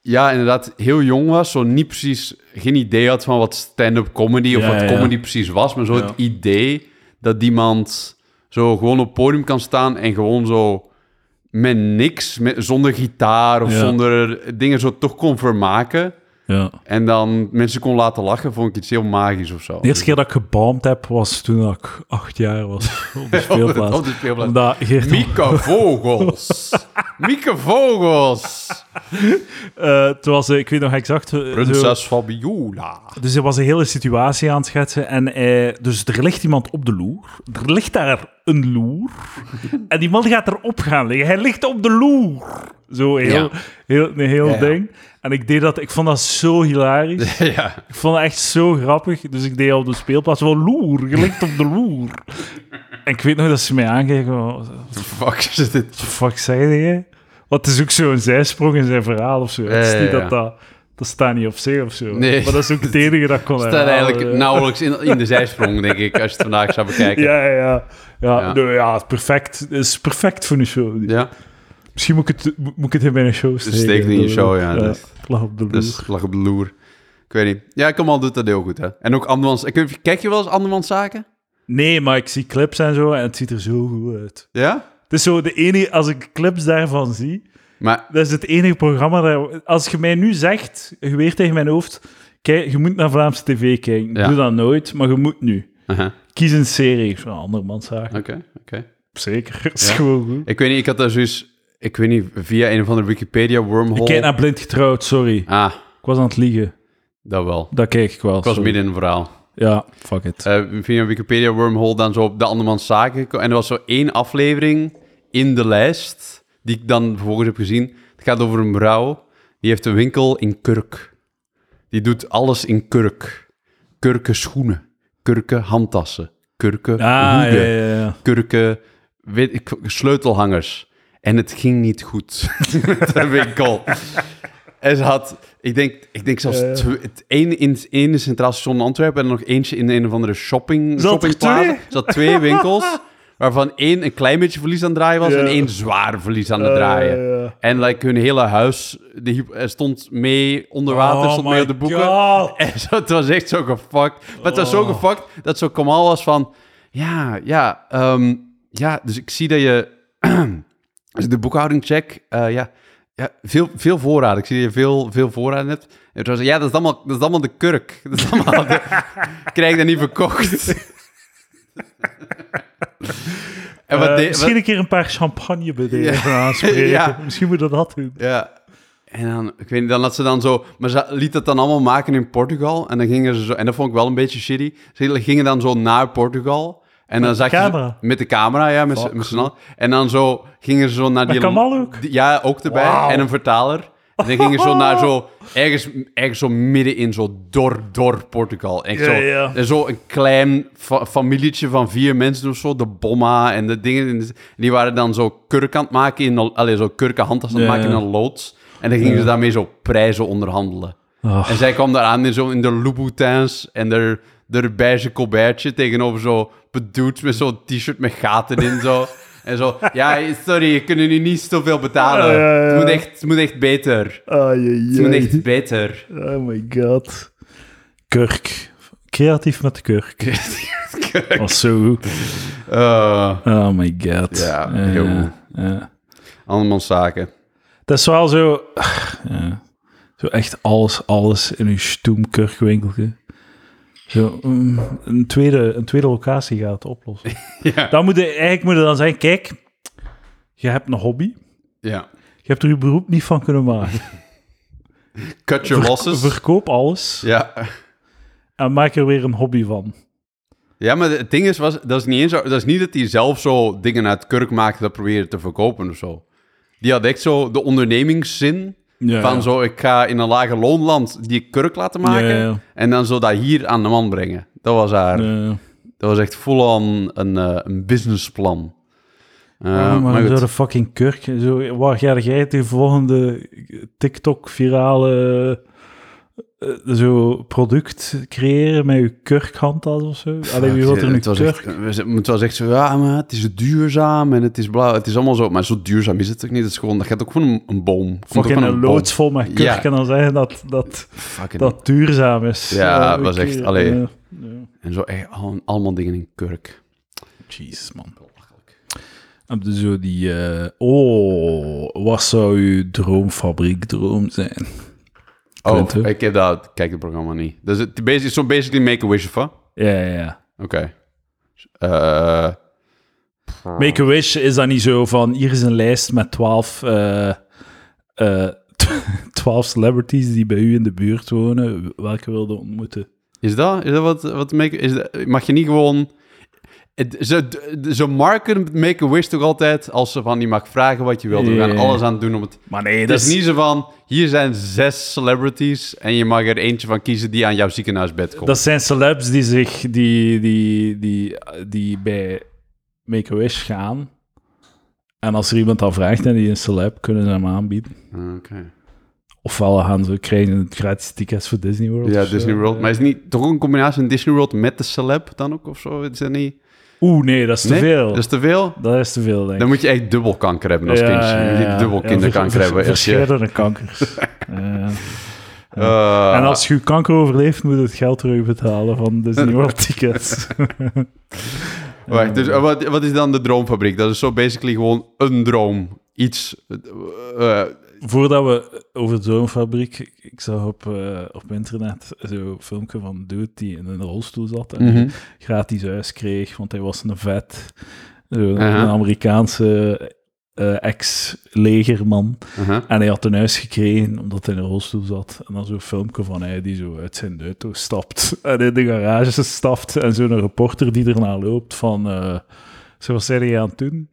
Speaker 2: ja, inderdaad, heel jong was. Zo niet precies, geen idee had van wat stand-up comedy of
Speaker 1: Ja,
Speaker 2: wat
Speaker 1: ja.
Speaker 2: comedy precies was. Maar zo
Speaker 1: Ja.
Speaker 2: het idee dat iemand zo gewoon op het podium kan staan en gewoon zo met niks, met, zonder gitaar of
Speaker 1: Ja.
Speaker 2: zonder dingen zo toch kon vermaken.
Speaker 1: ja.
Speaker 2: En dan mensen kon laten lachen, vond ik iets heel magisch of zo.
Speaker 1: De eerste keer dat ik gebaamd heb, was toen ik acht jaar was op de
Speaker 2: Op
Speaker 1: speelplaats.
Speaker 2: de speelplaats.
Speaker 1: Omdat Geert,
Speaker 2: Mieke Vogels. Mieke Vogels.
Speaker 1: eh, het was, eh, ik weet nog exact... eh, zo-
Speaker 2: Prinses Fabiola.
Speaker 1: Dus er was een hele situatie aan het schetsen. En eh, dus er ligt iemand op de loer. Er ligt daar een loer. en die man gaat erop gaan liggen. Hij ligt op de loer. Zo heel,
Speaker 2: Ja.
Speaker 1: heel, een heel
Speaker 2: Ja, ja.
Speaker 1: ding. En ik deed dat, ik vond dat zo hilarisch.
Speaker 2: ja.
Speaker 1: ik vond dat echt zo grappig. Dus ik deed op de speelplaats wel loer. Je ligt op de loer. en ik weet nog dat ze mij aankijken. Wat
Speaker 2: Fuck is dit?
Speaker 1: de fuck zei je? Want het is ook zo'n zijsprong in zijn verhaal of zo. Het is
Speaker 2: Ja, ja,
Speaker 1: niet
Speaker 2: ja.
Speaker 1: dat dat... Dat staat niet op zich of zo.
Speaker 2: Nee.
Speaker 1: Maar dat is ook het enige dat ik kon
Speaker 2: Het staat
Speaker 1: herhalen.
Speaker 2: eigenlijk
Speaker 1: Ja.
Speaker 2: nauwelijks in, in de zijsprong, denk ik, als je het vandaag zou bekijken.
Speaker 1: eh. Ja, ja, ja. Ja,
Speaker 2: Ja.
Speaker 1: nou ja, het is perfect. Het is perfect voor een show.
Speaker 2: Ja,
Speaker 1: Misschien moet ik, het, moet ik het in mijn show steken.
Speaker 2: steek het in je
Speaker 1: Dat-
Speaker 2: show, ja, dat-
Speaker 1: ik lag op de
Speaker 2: dus
Speaker 1: loer.
Speaker 2: ik lag op de loer. Ik weet niet. Ja, Kamal doet dat heel goed, hè. En ook andermans... ik weet- Kijk je wel eens andermans zaken?
Speaker 1: Nee, maar ik zie clips en zo en het ziet er zo goed uit.
Speaker 2: Ja?
Speaker 1: Het is zo de enige... Als ik clips daarvan zie,
Speaker 2: Maar...
Speaker 1: dat is het enige programma... Daar, als je mij nu zegt, je weer tegen mijn hoofd... Kijk, je moet naar Vlaamse tv kijken. Ik
Speaker 2: Ja.
Speaker 1: Doe dat nooit, maar je moet nu.
Speaker 2: aha,
Speaker 1: Kies een serie. Ik zeg, Andermans zaak.
Speaker 2: Oké, oké.
Speaker 1: Zeker. Het is gewoon goed.
Speaker 2: Ik weet niet, ik had daar zoiets... Ik weet niet, via een of andere Wikipedia-wormhole...
Speaker 1: Ik kijk naar Blind Getrouwd, sorry.
Speaker 2: Ah,
Speaker 1: Ik was aan het liegen.
Speaker 2: dat wel.
Speaker 1: Dat kijk ik wel.
Speaker 2: Ik was
Speaker 1: sorry.
Speaker 2: midden in een verhaal.
Speaker 1: Ja, fuck it.
Speaker 2: eh via een Wikipedia wormhole dan zo op de Andermans Zaken geko- En er was zo één aflevering in de lijst, die ik dan vervolgens heb gezien. Het gaat over een vrouw, die heeft een winkel in Kurk. Die doet alles in Kurk. Kurken schoenen, kurken handtassen, kurken
Speaker 1: Ah, ja,
Speaker 2: hoeden,
Speaker 1: ja, ja.
Speaker 2: kurken weet ik, sleutelhangers. En het ging niet goed met de winkel. En ze had, ik denk, ik denk zelfs
Speaker 1: Ja, ja.
Speaker 2: tw- het één in het ene centraal station in Antwerpen en nog eentje in een of andere shopping,
Speaker 1: Ze had er
Speaker 2: shoppingplaza.
Speaker 1: twee?
Speaker 2: Ze had twee winkels, waarvan één een klein beetje verlies aan het draaien was
Speaker 1: Ja.
Speaker 2: en één zwaar verlies aan het draaien.
Speaker 1: Ja, ja, ja.
Speaker 2: En like, hun hele huis die, hiep- eh, stond mee onder water,
Speaker 1: Oh
Speaker 2: stond mee
Speaker 1: my
Speaker 2: op de boeken.
Speaker 1: God.
Speaker 2: En zo, het was echt zo gefucked. Maar het was zo
Speaker 1: Oh.
Speaker 2: gefucked dat zo Kamal was van... Ja, ja, ehm, ja, dus ik zie dat je... als ik de boekhouding check, eh, ja, ja veel, veel voorraad. Ik zie dat je veel, veel voorraad hebt. En het was, ja, dat is allemaal, dat is allemaal de kurk. Dat is allemaal de- ik krijg dat niet verkocht.
Speaker 1: Eh,
Speaker 2: en wat deed-
Speaker 1: misschien een keer een paar champagne bedrijven aanspreken.
Speaker 2: Ja.
Speaker 1: Misschien moeten we dat doen.
Speaker 2: Ja. En dan, ik weet niet, dan had ze dan zo... Maar ze liet dat dan allemaal maken in Portugal. En dan gingen ze zo... En dat vond ik wel een beetje shitty. Ze gingen dan zo naar Portugal. En dan zag je...
Speaker 1: camera?
Speaker 2: Met de camera, ja. Met, z'n- met z'n allen. En dan zo gingen ze zo naar die...
Speaker 1: Kamal ook?
Speaker 2: die- ja, ook erbij.
Speaker 1: Wauw.
Speaker 2: En een vertaler. En dan gingen ze zo naar zo... Ergens, ergens zo midden in zo dor, dor Portugal. Echt zo,
Speaker 1: Ja, ja.
Speaker 2: en eh, zo een klein fa- familietje van vier mensen of zo. De bomma en de dingen. in de- Die waren dan zo kurk aan het maken. In, een- allee, zo kurkenhandtas aan het
Speaker 1: Ja,
Speaker 2: maken in
Speaker 1: ja.
Speaker 2: een loods. En dan gingen ze daarmee zo prijzen onderhandelen.
Speaker 1: Ach.
Speaker 2: En zij kwam daar aan in, zo, in de Louboutins en de, de beige colbertje tegenover zo bedoeld met zo'n t-shirt met gaten in zo. En zo, ja, sorry, je kunt nu niet zoveel betalen.
Speaker 1: Ja, ja, ja.
Speaker 2: Het, moet echt, het moet echt beter. Het moet echt beter.
Speaker 1: Ah, Oh my god. Kurk. Creatief met de kurk. Dat was zo goed.
Speaker 2: Eh
Speaker 1: Oh my god. Eh,
Speaker 2: Ja, heel goed.
Speaker 1: ja.
Speaker 2: allemaal zaken.
Speaker 1: Dat is wel zo... Ja. Zo echt alles, alles in een stoemkurkwinkeltje. Zo, mm, een, tweede, een tweede locatie gaat het oplossen.
Speaker 2: Ja.
Speaker 1: Dan moet je, eigenlijk moet je dan zeggen, kijk, je hebt een hobby.
Speaker 2: Ja.
Speaker 1: Je hebt er je beroep niet van kunnen maken.
Speaker 2: Cut your losses.
Speaker 1: Verkoop alles
Speaker 2: ja.
Speaker 1: en maak er weer een hobby van.
Speaker 2: ja, maar het ding is, was, dat, is niet eens, zo- dat is niet dat hij zelf zo dingen uit kurk maakte dat probeerde te verkopen of zo. Die had echt zo de ondernemingszin
Speaker 1: Ja,
Speaker 2: van
Speaker 1: ja.
Speaker 2: zo, ik ga in een lage loonland die kurk laten
Speaker 1: Ja,
Speaker 2: maken
Speaker 1: ja, ja.
Speaker 2: en dan zo dat hier aan de man brengen. Dat was haar.
Speaker 1: Eh,
Speaker 2: Dat was echt vol aan een, eh, een businessplan. Eh,
Speaker 1: ja,
Speaker 2: maar
Speaker 1: Oh, Ehm, maar
Speaker 2: goed.
Speaker 1: zo de fucking kurk. Zo, waar ga jij de volgende TikTok-virale eh, zo product creëren met je kurkhandtas of zo? Alleen wie wordt er
Speaker 2: Ja,
Speaker 1: nu
Speaker 2: het, was
Speaker 1: kurk?
Speaker 2: echt, we z- het was echt zo, ja, maar het is duurzaam en het is blauw. Het is allemaal zo, maar zo duurzaam is het toch niet? Het is gewoon, dat gaat ook gewoon een, een boom. Komt ook
Speaker 1: Fucking
Speaker 2: gewoon
Speaker 1: een
Speaker 2: boom.
Speaker 1: loods vol met kurk
Speaker 2: Ja.
Speaker 1: en dan zeggen dat, dat,
Speaker 2: Fucking-
Speaker 1: dat duurzaam is.
Speaker 2: Ja,
Speaker 1: Eh,
Speaker 2: was
Speaker 1: oké,
Speaker 2: echt- allee.
Speaker 1: eh, ja.
Speaker 2: En zo echt al- allemaal dingen in kurk.
Speaker 1: Jezus, man. Heb je zo die... eh, oh, wat zou uw droomfabriekdroom zijn?
Speaker 2: Oh,
Speaker 1: Kunt, hè?
Speaker 2: ik heb dat, kijk het programma niet. Dus het basi- is zo basically make a wish of, hè? Oké.
Speaker 1: Ja, ja, ja.
Speaker 2: Eh,
Speaker 1: Make-A-Wish is dan niet zo van... Hier is een lijst met twaalf... eh eh, 12 celebrities die bij u in de buurt wonen, welke wilde ontmoeten?
Speaker 2: is dat, is dat wat, wat make, is dat- mag je niet gewoon... het- Ze, ze marken Make-A-Wish toch altijd als ze van, die mag vragen wat je wilt. We gaan
Speaker 1: Ja.
Speaker 2: alles aan doen om het
Speaker 1: Maar nee,
Speaker 2: Het is niet zo van, hier zijn zes celebrities en je mag er eentje van kiezen die aan jouw ziekenhuisbed komt.
Speaker 1: Dat zijn celebs die zich die, die, die, die bij Make-A-Wish gaan. En als er iemand dan vraagt en die een celeb, kunnen ze hem aanbieden.
Speaker 2: Ah, Oké.
Speaker 1: Ofwel gaan ze krijgen gratis tickets voor Disney World.
Speaker 2: Ja,
Speaker 1: of zo.
Speaker 2: Disney World.
Speaker 1: Ja.
Speaker 2: Maar is het niet toch ook een combinatie van Disney World met de celeb dan ook of zo? Is dat niet?
Speaker 1: Oeh, nee, dat is te
Speaker 2: Nee?
Speaker 1: veel.
Speaker 2: Dat is te veel?
Speaker 1: Dat is te veel, denk ik.
Speaker 2: Dan moet je echt dubbel kanker hebben als kindje. Dan moet je dubbel kinderkanker hebben. als je-
Speaker 1: Verschillende kankers. Ja.
Speaker 2: Eh,
Speaker 1: En als je je kanker overleeft, moet je het geld terugbetalen van Disney World tickets.
Speaker 2: Wacht, dus eh, wat, wat is dan de droomfabriek? Dat is zo basically gewoon een droom. Iets... eh, eh,
Speaker 1: Voordat we over zo'n fabriek, ik zag op, eh, op internet zo'n filmpje van een dude die in een rolstoel zat en
Speaker 2: mhm.
Speaker 1: gratis huis kreeg, want hij was een vet, Zo,
Speaker 2: Aha.
Speaker 1: een Amerikaanse eh, ex-legerman.
Speaker 2: Aha.
Speaker 1: En hij had een huis gekregen omdat hij in een rolstoel zat. En dan zo'n filmpje van hij die zo uit zijn auto stapt en in de garage stapt en zo'n reporter die erna loopt van... eh, zo, wat zijn die aan het doen?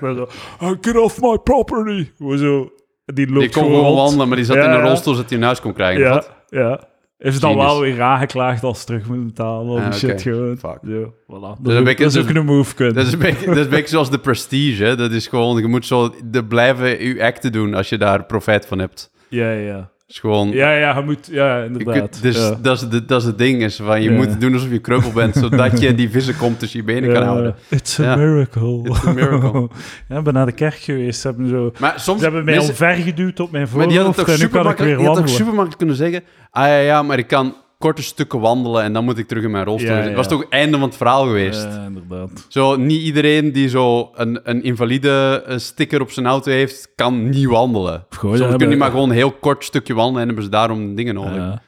Speaker 1: Maar zo, "Ah, get off my property! Hoe zo... Die loopt
Speaker 2: Die kon
Speaker 1: gewoon
Speaker 2: gewoon
Speaker 1: rond.
Speaker 2: wandelen, maar die zat
Speaker 1: Ja,
Speaker 2: in een
Speaker 1: ja.
Speaker 2: rolstoel zodat hij een huis kon krijgen.
Speaker 1: Ja,
Speaker 2: Wat?
Speaker 1: ja. Heeft dan
Speaker 2: Genius.
Speaker 1: wel weer aangeklaagd als ze terug moeten betalen. Al die
Speaker 2: Ah, oké.
Speaker 1: shit gewoon.
Speaker 2: Fuck.
Speaker 1: Zo, voilà.
Speaker 2: een
Speaker 1: Dat, is ook-
Speaker 2: beetje-
Speaker 1: dat is
Speaker 2: dus-
Speaker 1: ook een move kunnen.
Speaker 2: Dat is, een beetje, dat is een beetje zoals de prestige. Hè? Dat is gewoon, je moet zo de blijven je acten doen als je daar profijt van hebt.
Speaker 1: Ja, ja.
Speaker 2: Dat is gewoon.
Speaker 1: Ja, ja, je moet... Ja,
Speaker 2: je
Speaker 1: inderdaad.
Speaker 2: kunt- dus
Speaker 1: ja.
Speaker 2: dat, is de, dat is het ding. Is van, je
Speaker 1: Ja.
Speaker 2: moet doen alsof je kreupel bent, zodat je die vissen komt tussen je benen kan
Speaker 1: Ja,
Speaker 2: houden.
Speaker 1: It's a
Speaker 2: Ja.
Speaker 1: miracle.
Speaker 2: It's a miracle.
Speaker 1: ja, ik ben naar de kerk geweest. Ze hebben, zo,
Speaker 2: Maar soms.
Speaker 1: ze hebben mij
Speaker 2: mensen-
Speaker 1: omver geduwd op mijn
Speaker 2: maar die hadden
Speaker 1: voorhoofd
Speaker 2: toch
Speaker 1: en nu
Speaker 2: super
Speaker 1: kan ik weer
Speaker 2: makkelijk, die hadden toch
Speaker 1: wandelen.
Speaker 2: supermarkt kunnen zeggen. Ah ja, ja, maar ik kan korte stukken wandelen en dan moet ik terug in mijn rolstoel.
Speaker 1: Ja,
Speaker 2: zitten. Dat
Speaker 1: ja.
Speaker 2: was toch het einde van het verhaal geweest.
Speaker 1: Ja, inderdaad.
Speaker 2: Zo, niet iedereen die zo een, een invalide eh, sticker op zijn auto heeft, kan niet wandelen.
Speaker 1: gewoon, ja,
Speaker 2: Soms kunnen die
Speaker 1: maar-
Speaker 2: maar gewoon een heel kort stukje wandelen en hebben ze daarom dingen nodig. Ja.
Speaker 1: Ja.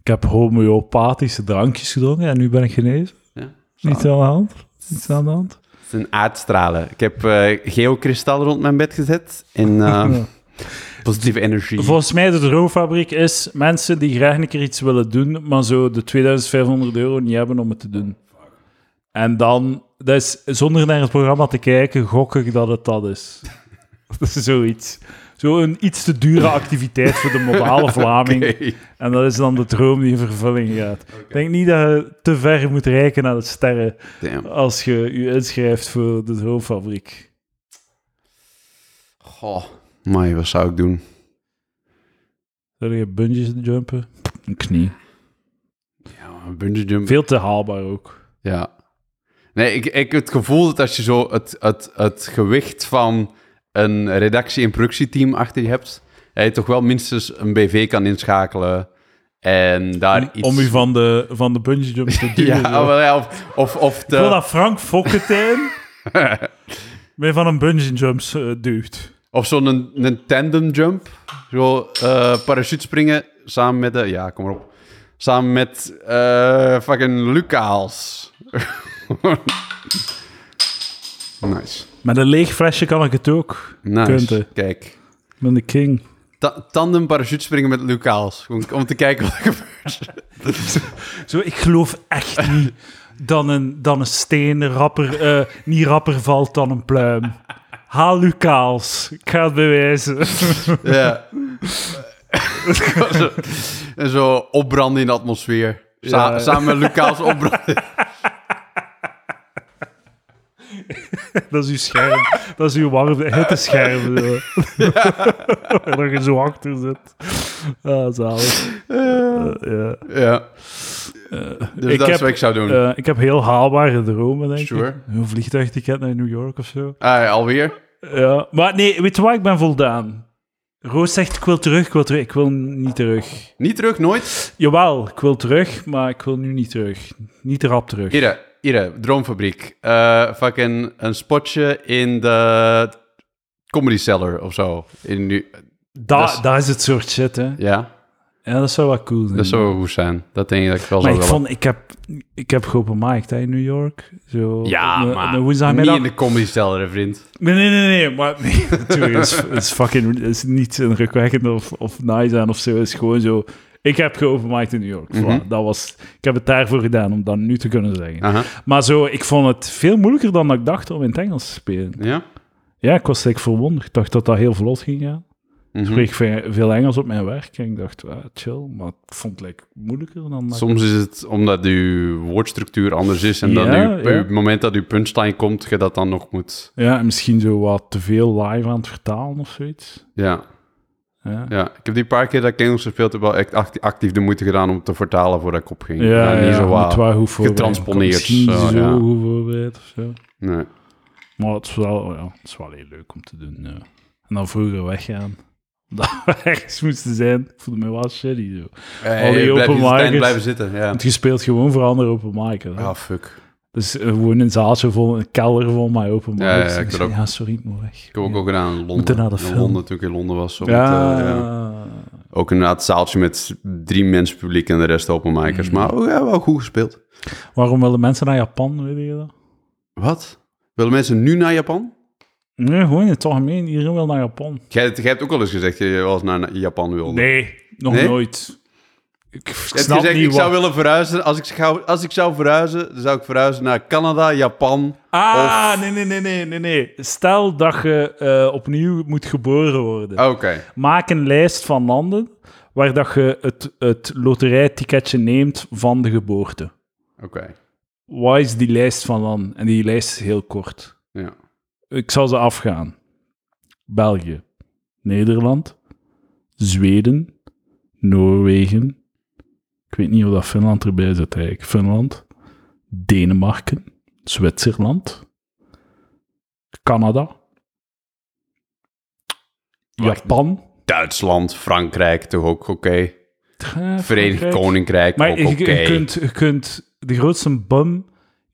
Speaker 1: Ik heb homeopathische drankjes gedronken en nu ben ik genezen. Niets aan de hand. Niets aan de hand.
Speaker 2: Het is een aardstralen. Ik heb eh geokristallen rond mijn bed gezet en eh,
Speaker 1: Ja.
Speaker 2: positieve energie.
Speaker 1: Volgens mij de droomfabriek is mensen die graag een keer iets willen doen, maar zo de 2500 euro niet hebben om het te doen. En dan, dat is, zonder naar het programma te kijken, gok ik dat het dat is. Dat is zoiets. Zo'n iets te dure activiteit voor de modale Vlaming.
Speaker 2: Oké.
Speaker 1: En dat is dan de droom die in vervulling gaat. Ik denk niet dat je te ver moet reiken naar de sterren
Speaker 2: Damn.
Speaker 1: als je je inschrijft voor de droomfabriek.
Speaker 2: Goh. Amai, wat zou ik doen?
Speaker 1: Zou je bungees jumpen? Een knie.
Speaker 2: Ja, bungee jump.
Speaker 1: Veel te haalbaar ook.
Speaker 2: Ja. Nee, ik, ik heb het gevoel dat als je zo het, het, het gewicht van een redactie- en productieteam achter je hebt, dat je toch wel minstens een BV kan inschakelen en daar
Speaker 1: Om-
Speaker 2: iets...
Speaker 1: Om u van de, van de bungee jump te duwen.
Speaker 2: ja,
Speaker 1: zo.
Speaker 2: maar ja, of, of, of
Speaker 1: Ik wil
Speaker 2: de...
Speaker 1: dat Frank Fokkentijn mij van een bungee jump eh, duwt.
Speaker 2: Of zo'n een, een tandem jump. Zo eh parachute springen samen met de... Ja, kom maar op. Samen met eh fucking Lucaals. nice.
Speaker 1: Met een leeg flesje kan ik het ook.
Speaker 2: Nice.
Speaker 1: Kunten.
Speaker 2: Kijk.
Speaker 1: Met de king.
Speaker 2: ta- tandem parachutespringen met Luc Kaals. Om, om te kijken wat er gebeurt.
Speaker 1: Zo, ik geloof echt niet dat een, dat een steen rapper, eh, niet rapper valt dan een pluim. Haal uw kaals. Ik ga het bewijzen.
Speaker 2: Ja. Zo- en zo opbranden in de atmosfeer. Sa-
Speaker 1: Ja.
Speaker 2: Samen met Luc Kaals opbranden.
Speaker 1: Dat is uw scherm. Dat is uw warme hittescherm. Zo. Waar je zo achter zit. Ah, zalig. Eh, ja.
Speaker 2: Ja. Dus
Speaker 1: Eh, ik
Speaker 2: dat
Speaker 1: heb,
Speaker 2: is wat ik zou doen.
Speaker 1: Eh, ik heb heel haalbare dromen, denk
Speaker 2: Sure.
Speaker 1: ik. Een vliegtuigticket naar New York of zo.
Speaker 2: Ah, ja, alweer?
Speaker 1: Ja. Maar nee, weet je wat? Ik ben voldaan. Roos zegt, ik wil terug, ik wil terug. Ik wil niet terug.
Speaker 2: Niet terug, nooit?
Speaker 1: Jawel, ik wil terug, maar ik wil nu niet terug. Niet te rap terug.
Speaker 2: Ire, Ire, Droomfabriek. Eh, fucking een spotje in de Comedy Cellar of zo. In nu,
Speaker 1: Da,
Speaker 2: dat is-
Speaker 1: Dat is het soort shit, hè.
Speaker 2: ja,
Speaker 1: Ja, dat zou wel cool zijn.
Speaker 2: dat zou goed zijn. Dat denk ik dat ik wel
Speaker 1: maar
Speaker 2: zou
Speaker 1: ik
Speaker 2: willen.
Speaker 1: vond, ik heb, ik heb geopen mic hè, in New York. Zo,
Speaker 2: ja,
Speaker 1: op een- op
Speaker 2: maar
Speaker 1: een
Speaker 2: niet
Speaker 1: woensdagmiddag.
Speaker 2: in de Comedy Cellar, hè, vriend.
Speaker 1: Nee, nee, nee, nee, maar nee, natuurlijk, het is, het is fucking, het is niet indrukwekkend of, of nice aan of zo. Het is gewoon zo, ik heb geopenmaakt in New York. Voilà,
Speaker 2: Mhm.
Speaker 1: dat was, ik heb het daarvoor gedaan, om dat nu te kunnen zeggen.
Speaker 2: Aha.
Speaker 1: Maar zo, ik vond het veel moeilijker dan dat ik dacht om in het Engels te spelen.
Speaker 2: Ja?
Speaker 1: Ja, ik was eigenlijk verwonderd. Ik dacht dat dat heel vlot ging gaan.
Speaker 2: Mhm.
Speaker 1: Ik spreek ve- veel Engels op mijn werk en ik dacht, ah, chill. Maar ik vond het like, moeilijker dan dat ik-
Speaker 2: Soms is het omdat uw woordstructuur anders is en dan
Speaker 1: Ja, ja.
Speaker 2: uw- uw moment dat uw punchline komt, je dat dan nog moet.
Speaker 1: Ja, en misschien zo wat te veel live aan het vertalen of zoiets.
Speaker 2: Ja,
Speaker 1: Ja.
Speaker 2: ja. Ik heb die paar keer dat ik Engels gespeeld heb wel echt act- actief de moeite gedaan om te vertalen voordat ik opging.
Speaker 1: Ja, ja,
Speaker 2: niet zo
Speaker 1: moet
Speaker 2: waar.
Speaker 1: wel goed voorbereid.
Speaker 2: getransponeerd,
Speaker 1: Misschien niet
Speaker 2: zo,
Speaker 1: zo
Speaker 2: ja.
Speaker 1: goed voorbereid of zo.
Speaker 2: Nee.
Speaker 1: Maar het is wel, oh ja, het is wel heel leuk om te doen. ja. En dan vroeger weggaan. Dat we ergens moesten zijn. Ik voelde me wel shitty. Zo. Al die
Speaker 2: Eh, blijf
Speaker 1: open
Speaker 2: in de trein
Speaker 1: micers.
Speaker 2: blijven zitten. Ja.
Speaker 1: Want je speelt gewoon voor anderen open mic. hè.
Speaker 2: Ah, fuck.
Speaker 1: Dus eh, gewoon een zaaltje vol, een kelder vol mij open mic.
Speaker 2: Ja, ja, ik
Speaker 1: ik
Speaker 2: wil
Speaker 1: zei,
Speaker 2: ook.
Speaker 1: ja, sorry, ik moet weg.
Speaker 2: Ik heb ook
Speaker 1: ja.
Speaker 2: al gedaan in
Speaker 1: Moeten
Speaker 2: Londen.
Speaker 1: naar de
Speaker 2: In
Speaker 1: film.
Speaker 2: Londen, toen ik in Londen was. zo met,
Speaker 1: Ja,
Speaker 2: eh, ja. Ook inderdaad het zaaltje met drie mensen publiek en de rest open
Speaker 1: Mm.
Speaker 2: micers. Maar oh, ja, wel goed gespeeld.
Speaker 1: Waarom willen mensen naar Japan, weet je dat?
Speaker 2: Wat? Willen mensen nu naar Japan?
Speaker 1: Nee, gewoon in het algemeen. Iedereen wil naar Japan.
Speaker 2: Jij, jij hebt ook al eens gezegd dat je wel eens naar Japan wilde.
Speaker 1: Nee, nog
Speaker 2: Nee?
Speaker 1: nooit. Ik snap
Speaker 2: Ik, gezegd,
Speaker 1: niet
Speaker 2: ik zou
Speaker 1: wat-
Speaker 2: willen verhuizen. Als ik, zou, als ik zou verhuizen, dan zou ik verhuizen naar Canada, Japan.
Speaker 1: Ah, nee, nee, nee, nee, nee, nee. Stel dat je eh, opnieuw moet geboren worden.
Speaker 2: Oké.
Speaker 1: Maak een lijst van landen waar dat je het, het loterijticketje neemt van de geboorte.
Speaker 2: Oké.
Speaker 1: Wat is die lijst van landen? En die lijst is heel kort.
Speaker 2: Ja.
Speaker 1: Ik zal ze afgaan. België, Nederland, Zweden, Noorwegen. Ik weet niet of dat Finland erbij zit eigenlijk. Finland, Denemarken, Zwitserland, Canada,
Speaker 2: Wacht.
Speaker 1: Japan,
Speaker 2: Duitsland, Frankrijk toch ook oké.
Speaker 1: eh,
Speaker 2: Verenigd
Speaker 1: Frankrijk.
Speaker 2: Koninkrijk
Speaker 1: Maar
Speaker 2: ook
Speaker 1: je,
Speaker 2: oké.
Speaker 1: je kunt, je kunt de grootste bum.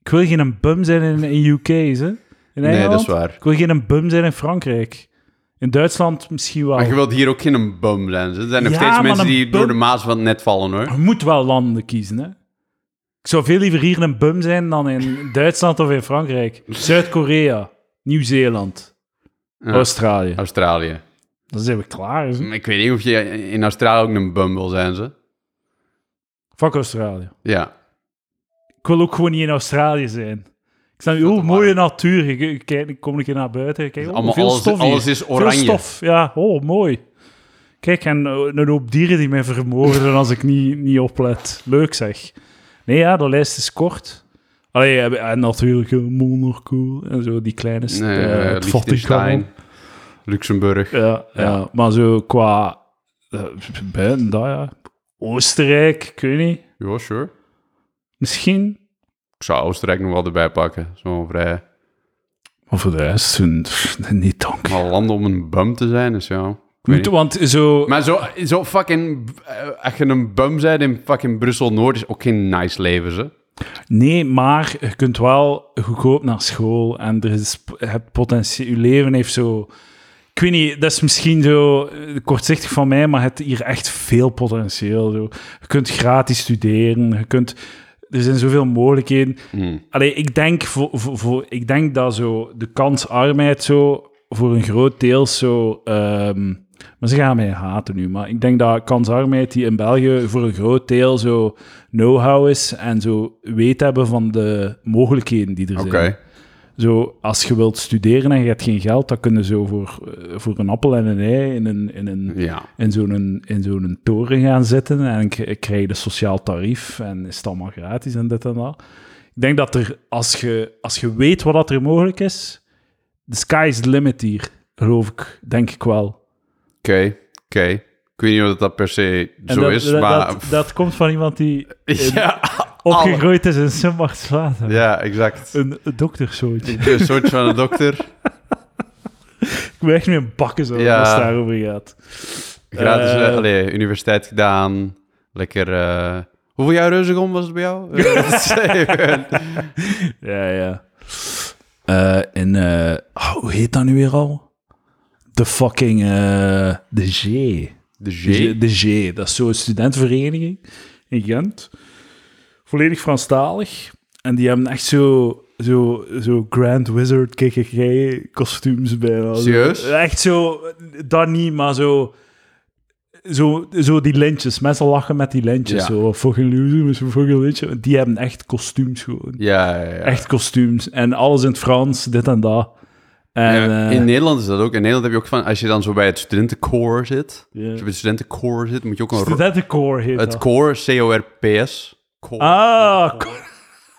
Speaker 1: Ik wil geen bum zijn in, in UK, hè? In
Speaker 2: Nee, dat
Speaker 1: Engeland.
Speaker 2: is waar.
Speaker 1: Ik wil geen bum zijn in Frankrijk. In Duitsland misschien wel.
Speaker 2: Maar je wilt hier ook geen bum zijn. Er zijn nog
Speaker 1: Ja,
Speaker 2: steeds
Speaker 1: maar
Speaker 2: mensen
Speaker 1: een
Speaker 2: die
Speaker 1: bum-
Speaker 2: door de maas van het net vallen hoor.
Speaker 1: Je moet wel landen kiezen, hè? Ik zou veel liever hier een bum zijn dan in Duitsland of in Frankrijk. Zuid-Korea, Nieuw-Zeeland,
Speaker 2: Ja. Mm.
Speaker 1: Australië.
Speaker 2: Australië.
Speaker 1: Dan zijn we klaar. hè.
Speaker 2: Ik weet niet of je in Australië ook een bum wil zijn, ze.
Speaker 1: Fuck Australië.
Speaker 2: Ja.
Speaker 1: Ik wil ook gewoon niet in Australië zijn. Ik snap, oh, mooie natuur. Ik, ik, kijk- ik kom een keer naar buiten. Ik Kijk, oh,
Speaker 2: Allemaal
Speaker 1: veel
Speaker 2: alles-
Speaker 1: stof
Speaker 2: alles
Speaker 1: hier.
Speaker 2: is oranje.
Speaker 1: Veel stof, ja. Oh, mooi. Kijk, en eh, een hoop dieren die mij vermoorden als ik niet, niet oplet. Leuk zeg. Nee, ja, de lijst is kort. Allee, eh, en natuurlijk eh, Monaco en zo, die kleine... st-
Speaker 2: Nee,
Speaker 1: eh,
Speaker 2: eh,
Speaker 1: het Vaticaan.
Speaker 2: Liechtenstein, Luxemburg.
Speaker 1: Ja, ja. maar zo qua... eh, buiten dat, ja. Oostenrijk, ik weet niet.
Speaker 2: Ja, sure.
Speaker 1: Misschien...
Speaker 2: Ik zou Oostenrijk nog wel erbij pakken. Zo'n vrij...
Speaker 1: Maar voor de rest, pff, niet dank.
Speaker 2: Maar landen om een bum te zijn is ja. ik weet
Speaker 1: Moet,
Speaker 2: niet.
Speaker 1: want zo...
Speaker 2: Maar zo, zo fucking. eh, Als je een bum bent in fucking Brussel Noord is ook geen nice leven, ze.
Speaker 1: Nee, maar je kunt wel goedkoop naar school en er is je hebt potentie. Je leven heeft zo. Ik weet niet, dat is misschien zo eh, kortzichtig van mij, maar het hier echt veel potentieel. Zo. Je kunt gratis studeren, je kunt, er zijn zoveel mogelijkheden. Allee, ik, denk voor, voor, voor- ik denk dat zo de kans arbeid zo voor een groot deel zo ehm, Maar ze gaan mij haten nu. Maar ik denk dat kansarmheid die in België voor een groot deel zo know-how is en zo weet hebben van de mogelijkheden die er
Speaker 2: Oké.
Speaker 1: zijn. Zo, als je wilt studeren en je hebt geen geld, dan kunnen zo voor, eh, voor een appel en een ei in, een, in, een,
Speaker 2: Ja.
Speaker 1: in zo'n, in zo'n toren gaan zitten en k- krijg je de sociaal tarief en is het allemaal gratis en dit en dat. Ik denk dat er, als je, als je weet wat dat er mogelijk is, de sky is the limit hier, geloof ik, denk ik wel.
Speaker 2: Oké, oké. Ik weet niet of dat per se
Speaker 1: En
Speaker 2: zo
Speaker 1: dat,
Speaker 2: is,
Speaker 1: dat,
Speaker 2: maar...
Speaker 1: dat, dat komt van iemand die
Speaker 2: ja, alle-
Speaker 1: opgegroeid is in Sumbartswater.
Speaker 2: ja, exact.
Speaker 1: Een dokterszootje.
Speaker 2: Een soort van een dokter.
Speaker 1: Ik wil echt meer een bakken zo,
Speaker 2: Ja.
Speaker 1: als het daarover gaat.
Speaker 2: Gratis,
Speaker 1: Eh,
Speaker 2: eh, allee, universiteit gedaan. Lekker... eh, hoeveel jaar Reuzegom was het bij jou? Eh,
Speaker 1: Ja, ja. Eh, in, eh, oh, hoe heet dat nu weer al? De fucking, eh, de G.
Speaker 2: De G.
Speaker 1: De, G, dat is zo'n studentenvereniging in Gent. Volledig Franstalig. En die hebben echt zo, zo, zo Grand Wizard KKK kostuums bijna.
Speaker 2: Serieus?
Speaker 1: Echt zo, dat niet, maar zo... Zo, zo die lintjes. Mensen lachen met die lintjes.
Speaker 2: Ja.
Speaker 1: Zo, fucking loser, met zo'n fucking lintje. Die hebben echt kostuums gewoon.
Speaker 2: Ja, ja, ja.
Speaker 1: Echt kostuums. En alles in het Frans, dit en dat. En,
Speaker 2: Ja,
Speaker 1: eh,
Speaker 2: in Nederland is dat ook. In Nederland heb je ook van, als je dan zo bij het studentenkoor zit,
Speaker 1: Ja.
Speaker 2: als je bij het studentenkoor zit, moet je ook een... ro-
Speaker 1: studentenkoor heet
Speaker 2: Het
Speaker 1: dat.
Speaker 2: koor, C-O-R-P-S. Koor.
Speaker 1: Ah, ko-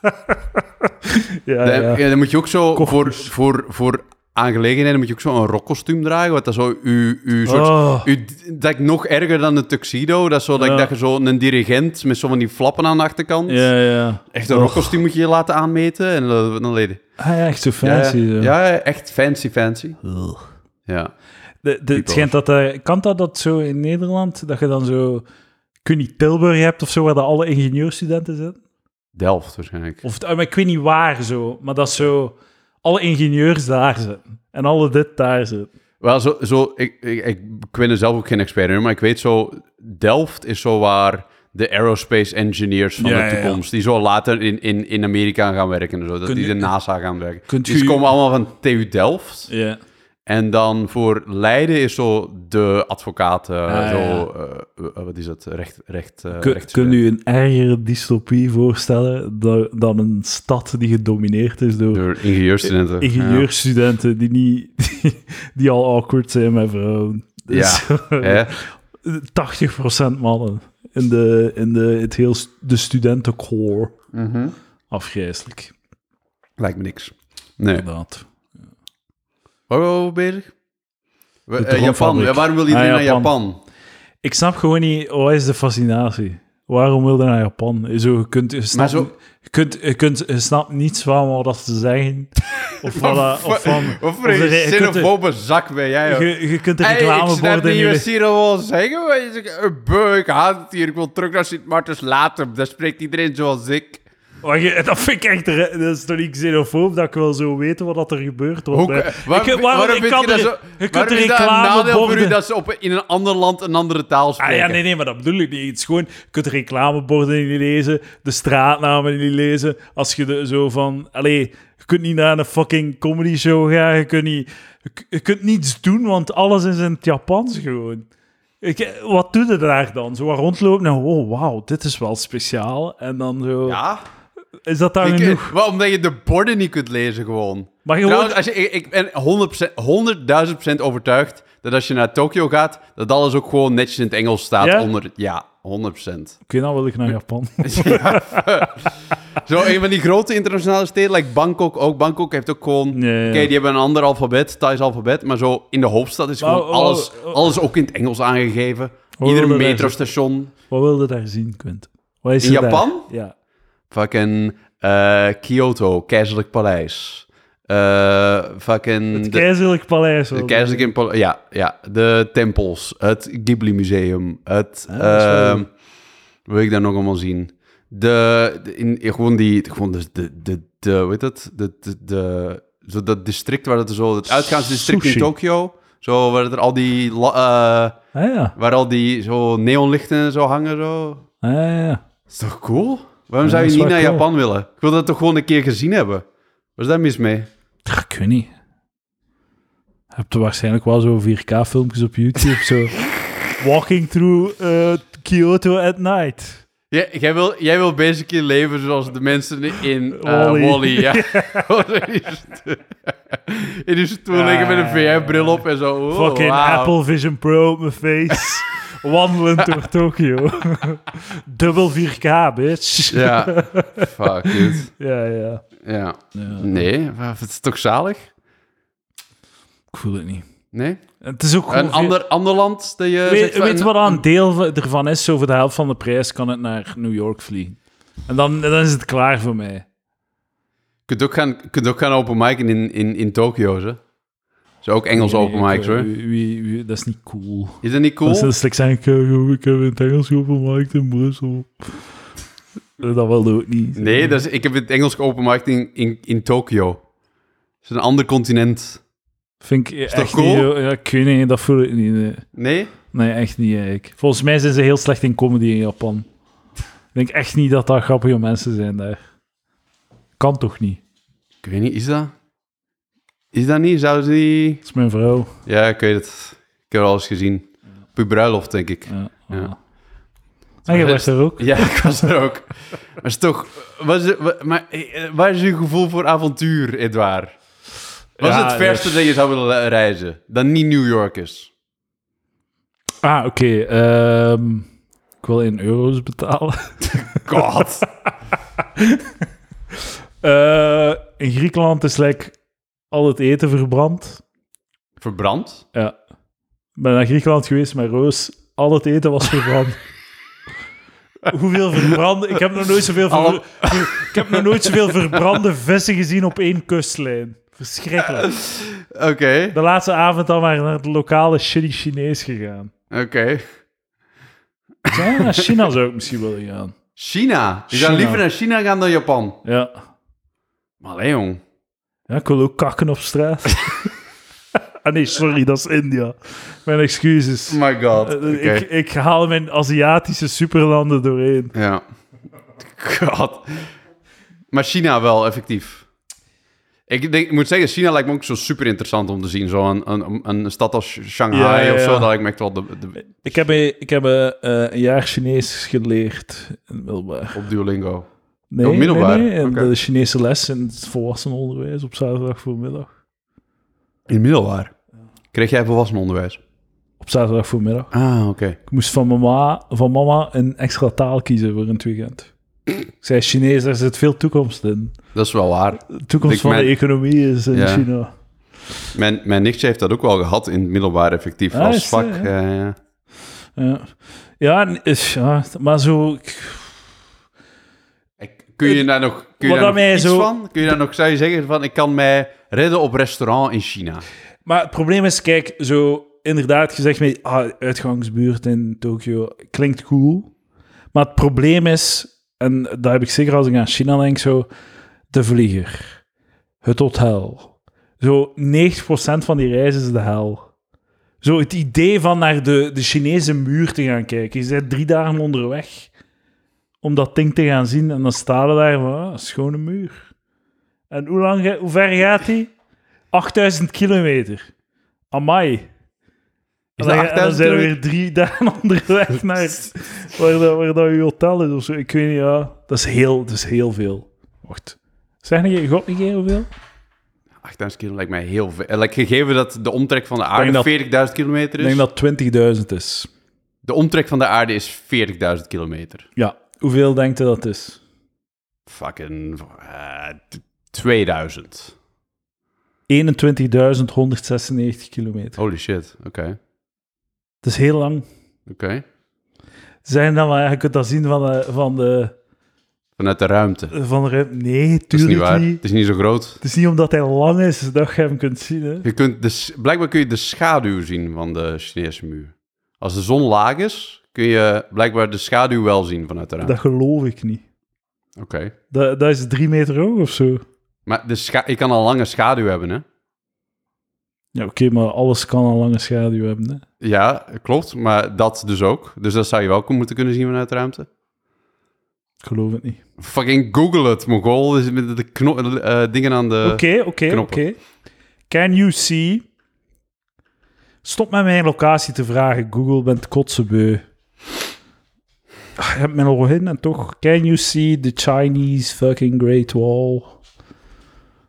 Speaker 1: ja,
Speaker 2: Dan,
Speaker 1: ja.
Speaker 2: ja, dan moet je ook zo voor,
Speaker 1: Koffers.
Speaker 2: voor, voor aangelegenheden moet je ook zo een rockkostuum dragen. Wat dat zo u, u soort,
Speaker 1: Oh.
Speaker 2: u- dat ik nog erger dan een tuxedo. Dat is zo dat,
Speaker 1: Ja.
Speaker 2: ik, dat je zo een dirigent met zo van die flappen aan de achterkant.
Speaker 1: ja, ja.
Speaker 2: Echt een rockkostuum moet je je laten aanmeten en dan dan leden.
Speaker 1: Ah, ja, echt zo
Speaker 2: Ja,
Speaker 1: fancy. zo.
Speaker 2: ja, ja, echt fancy, fancy. Ja.
Speaker 1: De, de, het schijnt dat... eh, kan dat, dat zo in Nederland? Dat je dan zo... Kun je Tilburg hebt of zo, waar dat alle ingenieurstudenten zitten?
Speaker 2: Delft waarschijnlijk.
Speaker 1: Of, ah, maar ik weet niet waar zo, maar dat zo... Alle ingenieurs daar zitten. En alle dit daar zitten.
Speaker 2: Wel, zo, zo, ik, ik, ik, ik ben er zelf ook geen expert in, maar ik weet zo... Delft is zo waar de aerospace engineers van
Speaker 1: Ja, ja,
Speaker 2: de
Speaker 1: ja.
Speaker 2: toekomst... die zo later in, in, in Amerika gaan werken en zo. Dat
Speaker 1: Kunt
Speaker 2: die de
Speaker 1: u-
Speaker 2: NASA gaan werken.
Speaker 1: kunt
Speaker 2: dus
Speaker 1: u-
Speaker 2: ze komen allemaal van TU Delft.
Speaker 1: Ja.
Speaker 2: En dan voor Leiden is zo de advocaat... eh,
Speaker 1: Ah,
Speaker 2: zo,
Speaker 1: ja.
Speaker 2: eh, eh, wat is dat? Recht, recht, eh,
Speaker 1: Kun,
Speaker 2: rechtsstudent.
Speaker 1: kunt u een ergere dystopie voorstellen dan, dan een stad die gedomineerd is door
Speaker 2: Door ingenieurstudenten.
Speaker 1: ingenieursstudenten die, niet, die, die al awkward zijn met vrouwen? Dus
Speaker 2: Ja. Hè?
Speaker 1: 80% mannen in, de, in de, het heel st- de studentencore.
Speaker 2: Mhm.
Speaker 1: Afgrijzelijk,
Speaker 2: Lijkt me niks. Nee.
Speaker 1: inderdaad.
Speaker 2: Waar waren we over bezig? We- eh, Japan.
Speaker 1: droomfabriek.
Speaker 2: Ja, waarom wil iedereen
Speaker 1: Ah,
Speaker 2: naar Japan?
Speaker 1: Ik snap gewoon niet, wat is de fascinatie? Waarom wil je naar Japan? Zo, je, kunt, je, snapt,
Speaker 2: zo-
Speaker 1: je, kunt, je, kunt, je snapt niets van wat dat ze zeggen. Of, wat, dat- of van...
Speaker 2: Wat voor
Speaker 1: of
Speaker 2: een
Speaker 1: de- je kunt de-
Speaker 2: xenofobe zak ben jij, joh.
Speaker 1: Je, je kunt de
Speaker 2: Hey, ik snap
Speaker 1: reclameborden
Speaker 2: niet
Speaker 1: niet...
Speaker 2: wat Ciro wil zeggen, maar je zegt, eh, beu, ik haat het hier, ik wil terug naar Sint Martens Latem. Daar spreekt iedereen zoals ik.
Speaker 1: Maar je- dat vind ik echt... re- Dat is toch niet xenofoob dat ik wil zo weten wat dat er gebeurt? Want,
Speaker 2: Hoe,
Speaker 1: eh,
Speaker 2: eh, waarom-
Speaker 1: ik- waarom-
Speaker 2: waarom
Speaker 1: ik
Speaker 2: vind
Speaker 1: kan
Speaker 2: je dat
Speaker 1: de-
Speaker 2: zo...
Speaker 1: Je kunt de
Speaker 2: waarom is dat een nadeel voor u
Speaker 1: reclameborden...
Speaker 2: dat ze op, in een ander land een andere taal
Speaker 1: Ah
Speaker 2: spreken?
Speaker 1: ja, nee, nee, maar dat bedoel ik niet. Het is gewoon, je kunt reclameborden niet lezen, de straatnamen niet lezen. Als je de, zo van, allee, je kunt niet naar een fucking comedy show gaan, je kunt, niet, je, k- je kunt niets doen, want alles is in het Japans gewoon. Ik, eh, wat doe je daar dan? Zo wat rondlopen en, oh wauw, dit is wel speciaal. En dan zo,
Speaker 2: Ja?
Speaker 1: is dat dan
Speaker 2: Ik-
Speaker 1: genoeg?
Speaker 2: eh, wel, omdat je de borden niet kunt lezen gewoon.
Speaker 1: Maar gewoon-
Speaker 2: Trouwens, als je, ik, ik ben 100%, 100.000% overtuigd dat als je naar Tokio gaat, dat alles ook gewoon netjes in het Engels staat.
Speaker 1: Ja?
Speaker 2: Onder, ja, 100%.
Speaker 1: Oké, dan wil ik naar Japan.
Speaker 2: Zo, een van die grote internationale steden, like Bangkok ook. Bangkok heeft ook gewoon...
Speaker 1: Ja, ja, ja.
Speaker 2: Oké, die hebben een ander alfabet, Thais alfabet. Maar zo in de hoofdstad is
Speaker 1: Maar,
Speaker 2: gewoon
Speaker 1: oh,
Speaker 2: alles,
Speaker 1: oh, oh.
Speaker 2: alles ook in het Engels aangegeven.
Speaker 1: Hoe
Speaker 2: Ieder
Speaker 1: wilde dat
Speaker 2: metrostation.
Speaker 1: wat wilde daar zien, Quint? Wat is
Speaker 2: In
Speaker 1: er daar?
Speaker 2: Japan?
Speaker 1: Ja.
Speaker 2: Fucking eh, Kyoto, keizerlijk paleis. Eh, fucking...
Speaker 1: Het
Speaker 2: de-
Speaker 1: keizerlijk paleis.
Speaker 2: Het
Speaker 1: wel.
Speaker 2: keizerlijk in Pol- ja, ja, de tempels, het Ghibli Museum, het...
Speaker 1: Ah, dat is wel-
Speaker 2: ehm, wil ik daar nog allemaal zien? De, de- in, in- gewoon die, gewoon de, de, de, de hoe heet dat? De, de, de- zo dat district waar het zo, het uitgaansdistrict
Speaker 1: Sushi.
Speaker 2: in Tokio, zo waar het er al die, la- eh,
Speaker 1: Ah ja,
Speaker 2: waar al die zo neonlichten en zo hangen, zo.
Speaker 1: ah ja, ja.
Speaker 2: Is toch cool? Waarom
Speaker 1: Ja,
Speaker 2: zou
Speaker 1: dat
Speaker 2: je
Speaker 1: is
Speaker 2: niet
Speaker 1: wel
Speaker 2: naar
Speaker 1: cool.
Speaker 2: Japan willen? Ik wil dat toch gewoon een keer gezien hebben. Wat is daar mis mee?
Speaker 1: Ach, ik weet niet. Heb je waarschijnlijk wel zo 4K-filmpjes op YouTube. zo Walking Through eh, Kyoto at Night.
Speaker 2: Ja, jij, wil, jij wil basically leven zoals de mensen in eh
Speaker 1: Wall-E.
Speaker 2: Wally. Ja. in die stoel liggen met een
Speaker 1: Ah,
Speaker 2: VR-bril op en zo. Oh,
Speaker 1: Fucking
Speaker 2: wauw.
Speaker 1: Apple Vision Pro op mijn face. Wandelend door Tokio. Dubbel 4K, bitch.
Speaker 2: Ja, fuck dude.
Speaker 1: ja, ja.
Speaker 2: Ja.
Speaker 1: ja.
Speaker 2: Nee, maar het is toch zalig?
Speaker 1: Ik voel het niet.
Speaker 2: Nee?
Speaker 1: Het is ook
Speaker 2: Een
Speaker 1: gewoon-
Speaker 2: ander, ander land dat je... zegt
Speaker 1: Weet,
Speaker 2: van- "Nou,
Speaker 1: weet je wat aan deel v- ervan is? Zo voor de helft van de prijs kan het naar New York vliegen. En dan, dan is het klaar voor mij.
Speaker 2: Je kunt ook gaan, kunt ook gaan open micen in, in, in Tokio, ze. Zo ook Engels open
Speaker 1: Nee,
Speaker 2: mics,
Speaker 1: ik, eh,
Speaker 2: hoor.
Speaker 1: wie- wie- wie- dat is niet cool.
Speaker 2: Is dat niet cool?
Speaker 1: Dat is slechts zijn, ik, eh, ik heb in het Engels geopenmaakt in Brussel. Eh, Dat wilde ook niet.
Speaker 2: Nee, dat is, ik heb het Engels geopenmaakt in, in, in Tokio. Het is een ander continent.
Speaker 1: Vind ik
Speaker 2: dat
Speaker 1: echt
Speaker 2: cool?
Speaker 1: niet... zo- Ja, ik weet niet, dat voel ik niet. Nee,
Speaker 2: Nee?
Speaker 1: Nee, echt niet eigenlijk. Volgens mij zijn ze heel slecht in comedy in Japan. Ik denk echt niet dat daar grappige mensen zijn daar. Kan toch niet?
Speaker 2: Ik weet niet, is dat... Is dat niet? Zouden ze die...
Speaker 1: Dat is mijn vrouw.
Speaker 2: Ja, ik weet het. Ik heb alles gezien. Op uw bruiloft, denk ik.
Speaker 1: Ja.
Speaker 2: Ja.
Speaker 1: En je was er ook.
Speaker 2: Ja, ik was er ook. Maar is toch... Was, het- wa- maar, eh, waar is uw gevoel voor avontuur, Edouard? Wat is
Speaker 1: Ja,
Speaker 2: het verste
Speaker 1: dus-
Speaker 2: dat je zou willen le- reizen? Dat niet New York is.
Speaker 1: Ah, oké. ehm, ik wil in euro's betalen.
Speaker 2: God.
Speaker 1: Eh, in Griekenland is like, al het eten verbrand.
Speaker 2: Verbrand?
Speaker 1: Ja. Ik ben naar Griekenland geweest met Roos. Al het eten was verbrand. Hoeveel verbrande... Ik heb nog nooit zoveel, ver-
Speaker 2: Alle-
Speaker 1: ver- ik heb nog nooit zoveel verbrande vissen gezien op één kustlijn. Verschrikkelijk.
Speaker 2: Oké,
Speaker 1: De laatste avond dan waren we naar het lokale shitty Chinees gegaan.
Speaker 2: oké.
Speaker 1: Ja, naar China zou ik misschien willen gaan.
Speaker 2: China. Je zou
Speaker 1: China.
Speaker 2: liever naar China gaan dan Japan.
Speaker 1: Ja.
Speaker 2: Maar allee, jong.
Speaker 1: Ja, ik wil ook kakken op straat. ah nee, sorry, dat is India. Mijn excuses.
Speaker 2: Oh my god.
Speaker 1: Eh,
Speaker 2: Oké.
Speaker 1: ik, ik haal mijn Aziatische superlanden doorheen.
Speaker 2: Ja. God. Maar China wel, effectief. Ik, denk, ik moet zeggen, China lijkt me ook zo super interessant om te zien. Zo een, een, een stad als Shanghai
Speaker 1: Ja, ja,
Speaker 2: of zo,
Speaker 1: ja.
Speaker 2: dat lijkt me echt wel de, de,
Speaker 1: Ik heb, ik heb eh, een jaar Chinees geleerd in middelbaar.
Speaker 2: op Duolingo.
Speaker 1: Nee,
Speaker 2: Oh, middelbaar?
Speaker 1: nee, nee, en
Speaker 2: Oké.
Speaker 1: de Chinese les in het volwassenenonderwijs op zaterdag voormiddag.
Speaker 2: In middelbaar? Kreeg jij volwassen onderwijs?
Speaker 1: Op zaterdag voormiddag.
Speaker 2: Ah, oké.
Speaker 1: Ik moest van mama, van mama een extra taal kiezen voor in het weekend. Ik zei Chinees, daar zit veel toekomst in.
Speaker 2: Dat is wel waar.
Speaker 1: De toekomst
Speaker 2: Ik
Speaker 1: van de
Speaker 2: mijn-
Speaker 1: economie is in
Speaker 2: Ja.
Speaker 1: China.
Speaker 2: Mijn, mijn nichtje heeft dat ook wel gehad in het middelbaar, effectief.
Speaker 1: Ah,
Speaker 2: als
Speaker 1: is dat,
Speaker 2: vak.
Speaker 1: ja?
Speaker 2: ja, ja.
Speaker 1: Ja, ja, en is- ja maar zo... ik-
Speaker 2: Ik- Kun je daar nog,
Speaker 1: Wat
Speaker 2: kun je daar nog
Speaker 1: daarmee
Speaker 2: iets
Speaker 1: zo-
Speaker 2: van? Kun je daar nog, zou je zeggen van, ik kan mij redden op restaurant in China?
Speaker 1: Maar het probleem is, kijk, zo inderdaad gezegd met ah, uitgangsbuurt in Tokio klinkt cool. Maar het probleem is, en dat heb ik zeker als ik aan China denk, zo de vlieger, het hotel. Zo 90% van die reis is de hel. Zo het idee van naar de, de Chinese muur te gaan kijken. Je bent drie dagen onderweg om dat ding te gaan zien en dan staan we daar van, ah, schone muur. En hoe, lang, ga- hoe ver gaat die? 8000 kilometer. Amai.
Speaker 2: Is
Speaker 1: En dan,
Speaker 2: dat
Speaker 1: en dan
Speaker 2: 8000
Speaker 1: zijn we
Speaker 2: kilometer?
Speaker 1: weer drie dagen onderweg naar waar, dat, waar dat je hotel is of zo. Ik weet niet, ja. Dat is heel, dat is heel veel. Wacht. Zeg een keer, je god een keer hoeveel?
Speaker 2: 8000 kilo lijkt mij heel veel. Eh, like, gegeven dat de omtrek van de
Speaker 1: denk dat-
Speaker 2: aarde 40.000 kilometer
Speaker 1: Ik
Speaker 2: is.
Speaker 1: denk dat 20.000 is.
Speaker 2: De omtrek van de aarde is 40.000 kilometer.
Speaker 1: Ja. Hoeveel denkt u dat het is?
Speaker 2: Fucking eh, t- 2000.
Speaker 1: 21.196 kilometer.
Speaker 2: Holy shit. Oké.
Speaker 1: Dat is heel lang.
Speaker 2: Oké.
Speaker 1: Zijn dan maar, je kunt dat zien van de, van de,
Speaker 2: Vanuit de ruimte. Dat
Speaker 1: van de ruimte. Nee,
Speaker 2: is niet
Speaker 1: tuurlijk
Speaker 2: waar.
Speaker 1: niet.
Speaker 2: Het is niet zo groot.
Speaker 1: Het is niet omdat hij lang is dat je hem kunt zien. Hè.
Speaker 2: Je kunt de, s- blijkbaar kun je de schaduw zien van de Chinese muur. Als de zon laag is, kun je blijkbaar de schaduw wel zien vanuit de ruimte.
Speaker 1: Dat geloof ik niet.
Speaker 2: Oké.
Speaker 1: Dat, dat is drie meter hoog of zo.
Speaker 2: Maar de scha- je kan een lange schaduw hebben, hè?
Speaker 1: Ja, oké, maar alles kan een lange schaduw hebben. Hè.
Speaker 2: Ja, klopt. Maar dat dus ook. Dus dat zou je wel moeten kunnen zien vanuit de ruimte.
Speaker 1: Ik geloof het niet.
Speaker 2: Fucking Google het, mogol. Is met de kno- eh, dingen aan de...
Speaker 1: Oké, oké,
Speaker 2: knoppen.
Speaker 1: oké. Can you see Stop met mijn locatie te vragen. Google bent kotsenbeu. Ah, Je hebt mijn login en toch... Can you see the Chinese fucking Great Wall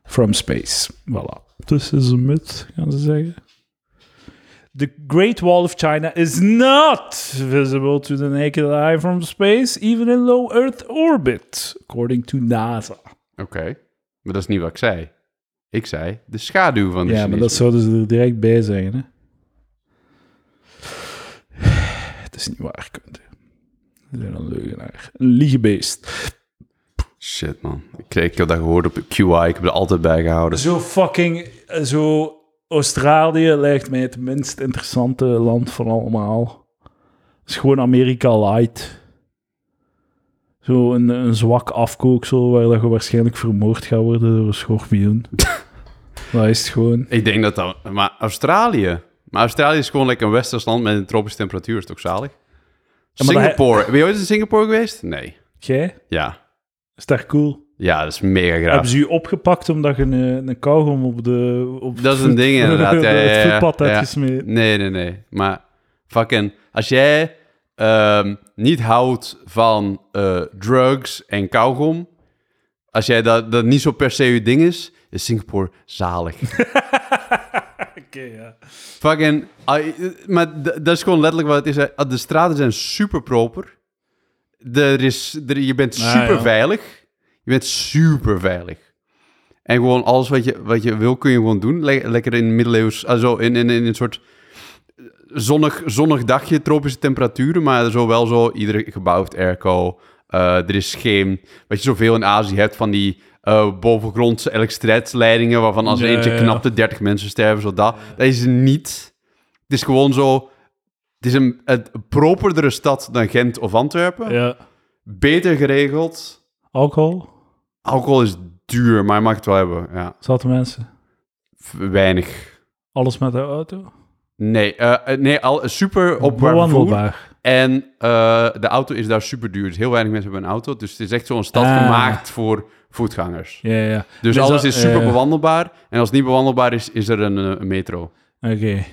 Speaker 1: from space? Voilà. Dus is een myth, gaan ze zeggen. The Great Wall of China is not visible to the naked eye from space, even in low Earth orbit, according to NASA.
Speaker 2: Oké, maar dat is niet wat ik zei. Ik zei de schaduw van de
Speaker 1: Ja, maar dat
Speaker 2: Chinees.
Speaker 1: zouden ze er direct bij zeggen, hè? Het is niet waar, kunt Ze zijn een leugenaar. Een liegebeest.
Speaker 2: Shit, man. Ik, ik heb dat gehoord op QI. Ik heb er altijd bij gehouden.
Speaker 1: Zo fucking... eh, Zo... Australië lijkt mij het minst interessante land van allemaal. Het is gewoon Amerika light. Zo een, een zwak afkooksel waar dat je waarschijnlijk vermoord gaat worden door een schorpioen. dat is het gewoon.
Speaker 2: Ik denk dat dat... Maar Australië... Maar Australië is gewoon lekker een westers land met een tropische temperatuur. Is toch zalig?
Speaker 1: maar dat-
Speaker 2: Singapore. Ben je ooit in Singapore geweest? Nee.
Speaker 1: Jij?
Speaker 2: Ja.
Speaker 1: Is daar cool?
Speaker 2: Ja, dat is mega graaf.
Speaker 1: Hebben ze je opgepakt omdat je een, een kauwgom op de... Op
Speaker 2: Dat is een
Speaker 1: het-
Speaker 2: ding inderdaad. Ja, ja, ja,
Speaker 1: het voetpad
Speaker 2: ja.
Speaker 1: hebt gesmeten.
Speaker 2: Nee, nee, nee. Maar fucking, als jij ehm, niet houdt van eh, drugs en kauwgom, als jij dat, dat niet zo per se je ding is, is Singapore zalig.
Speaker 1: Oké, ja.
Speaker 2: fucking, ah, eh, maar d- dat is gewoon letterlijk wat het is. hè. Ah, De straten zijn super proper. Er is, er, je bent
Speaker 1: Nou,
Speaker 2: super
Speaker 1: ja.
Speaker 2: veilig. Je bent super veilig. En gewoon alles wat je, wat je wil kun je gewoon doen. Le- lekker in middeleeuws, ah, zo in, in, in een soort eh, zonnig, zonnig dagje, tropische temperaturen, maar zo wel zo, ieder gebouw heeft airco. Eh, er is geen, wat je zoveel in Azië hebt van die eh, bovengrondse elektriciteitsleidingen, waarvan als er
Speaker 1: Ja,
Speaker 2: eentje
Speaker 1: ja, ja.
Speaker 2: knapte 30 mensen sterven, zo dat. Dat is er niet. Het is gewoon zo, het is een, een properdere stad dan Gent of Antwerpen.
Speaker 1: ja.
Speaker 2: Beter geregeld.
Speaker 1: Alcohol?
Speaker 2: Alcohol is duur, maar je mag het wel hebben. Ja.
Speaker 1: Zaten mensen?
Speaker 2: V- Weinig.
Speaker 1: Alles met de auto?
Speaker 2: Nee, eh, eh, nee al, super opwarmend voer.
Speaker 1: Bewandelbaar.
Speaker 2: En eh, de auto is daar super duur. Dus heel weinig mensen hebben een auto. Dus het is echt zo'n stad
Speaker 1: Ah.
Speaker 2: gemaakt voor voetgangers.
Speaker 1: Ja, ja.
Speaker 2: Dus
Speaker 1: Maar
Speaker 2: alles
Speaker 1: dat- eh,
Speaker 2: is super
Speaker 1: ja.
Speaker 2: bewandelbaar. En als het niet bewandelbaar is, is er een, eh, een metro.
Speaker 1: Oké.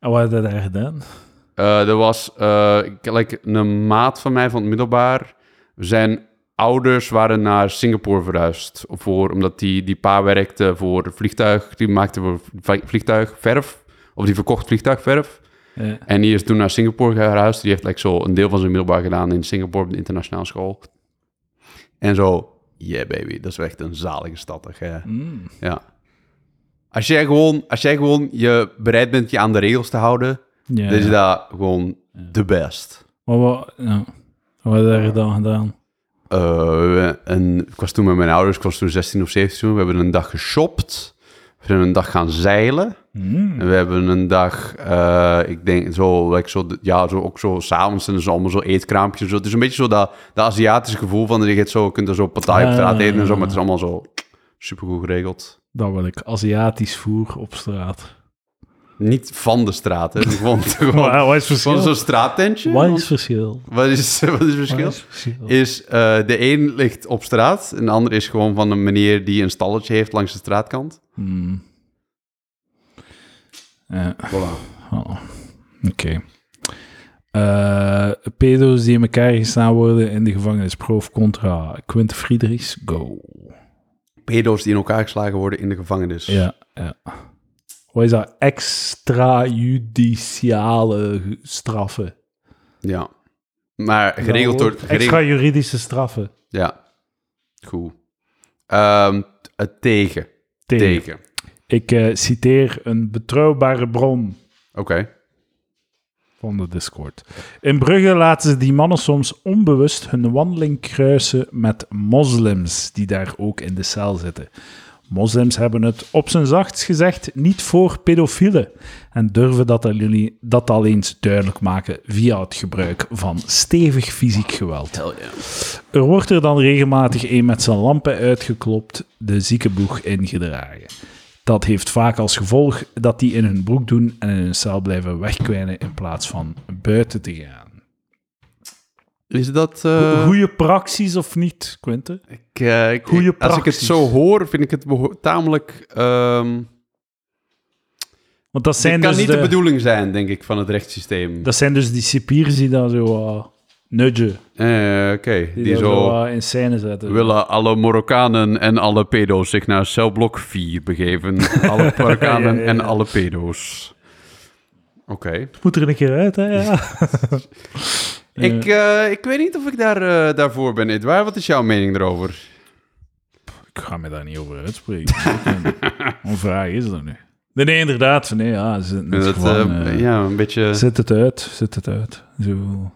Speaker 1: En wat heb je daar gedaan?
Speaker 2: Eh, er was eh, ik- like, een maat van mij van het middelbaar. Zijn ouders waren naar Singapore verhuisd. Voor, omdat die, die pa werkte voor een vliegtuig. Die maakte voor vli- vliegtuigverf. Of die verkocht vliegtuigverf.
Speaker 1: Ja.
Speaker 2: En die is toen naar Singapore gehuisd. Die heeft like, zo een deel van zijn middelbaar gedaan in Singapore op de internationale school. En zo, yeah baby, dat is wel echt een zalige stad. toch, hè?
Speaker 1: Mm.
Speaker 2: Ja. Als jij, gewoon, als jij gewoon je bereid bent je aan de regels te houden,
Speaker 1: Ja.
Speaker 2: dan is dat gewoon de best.
Speaker 1: Maar wat, ja. wat heb je daar dan gedaan?
Speaker 2: Eh, en ik was toen met mijn ouders, ik was toen 16 of 17, we hebben een dag geshopt. We zijn een dag gaan zeilen.
Speaker 1: Mm.
Speaker 2: En we hebben een dag, eh, ik denk zo, like, zo, de- ja, zo, ook zo s'avonds en zo allemaal zo eetkraampjes. en Zo. Het is een beetje zo dat, dat Aziatische gevoel van, je, gaat zo, je kunt er zo partij op straat
Speaker 1: Ah.
Speaker 2: eten en zo, maar het is allemaal zo supergoed geregeld.
Speaker 1: Dan wil ik Aziatisch voer op straat.
Speaker 2: Niet van de straat, hè. Gewoon, gewoon,
Speaker 1: Maar wat is het
Speaker 2: gewoon
Speaker 1: verschil?
Speaker 2: zo'n straattentje.
Speaker 1: Wat is het verschil?
Speaker 2: Wat is, wat is het
Speaker 1: Wat
Speaker 2: verschil?
Speaker 1: is het verschil?
Speaker 2: Is eh, de een ligt op straat en de ander is gewoon van een meneer die een stalletje heeft langs de straatkant.
Speaker 1: Hmm. Ja. Oh. Oké. Eh, pedo's die in elkaar gestaan worden in de gevangenis. Proof contra Quinte Friedrichs. Go.
Speaker 2: Pedo's die in elkaar geslagen worden in de gevangenis.
Speaker 1: Ja, ja. Wat is dat? Extrajudiciale ge- straffen.
Speaker 2: Ja. Maar geregeld door... geregeld-
Speaker 1: Extra-juridische straffen.
Speaker 2: Ja. Cool. Ehm, t- eh, tegen.
Speaker 1: Tegen.
Speaker 2: Tegen.
Speaker 1: Ik eh, citeer een betrouwbare bron.
Speaker 2: Oké.
Speaker 1: van de Discord. In Brugge laten ze die mannen soms onbewust hun wandeling kruisen met moslims die daar ook in de cel zitten. Moslims hebben het op zijn zachtst gezegd niet voor pedofielen en durven dat, al jullie, dat al eens duidelijk maken via het gebruik van stevig fysiek geweld. Er wordt er dan regelmatig een met zijn lampen uitgeklopt, de ziekenboeg ingedragen. Dat heeft vaak als gevolg dat die in hun broek doen en in hun cel blijven wegkwijnen in plaats van buiten te gaan.
Speaker 2: Is dat... eh,
Speaker 1: Goede praxis of niet, Quinte?
Speaker 2: ik, eh, ik-
Speaker 1: goeie
Speaker 2: Als ik het
Speaker 1: praktisch.
Speaker 2: zo hoor, vind ik het beho- tamelijk... ehm,
Speaker 1: Want dat
Speaker 2: Dit
Speaker 1: zijn
Speaker 2: kan
Speaker 1: dus
Speaker 2: niet
Speaker 1: de,
Speaker 2: de... bedoeling zijn, denk ik, van het rechtssysteem.
Speaker 1: dat zijn dus die cipiers die dan zo eh, nudgen.
Speaker 2: Eh, Oké,
Speaker 1: Die,
Speaker 2: die,
Speaker 1: dat
Speaker 2: zo...
Speaker 1: zo eh, in scène zetten.
Speaker 2: willen alle Marokkanen en alle pedo's zich naar celblok 4 begeven. Alle Marokkanen
Speaker 1: Ja, ja, ja.
Speaker 2: en alle pedo's. Oké.
Speaker 1: Het moet er een keer uit, hè? Ja.
Speaker 2: Ik, eh, ik weet niet of ik daar, eh, daarvoor ben, Edouard. Wat is jouw mening erover?
Speaker 1: Ik ga me daar niet over uitspreken. Hoe vraag is dat nu? Nee, nee, inderdaad. Nee, ja, ze zitten het
Speaker 2: Dat,
Speaker 1: gewoon,
Speaker 2: eh,
Speaker 1: eh,
Speaker 2: ja, een beetje...
Speaker 1: Zet het uit, zet het uit. Zo.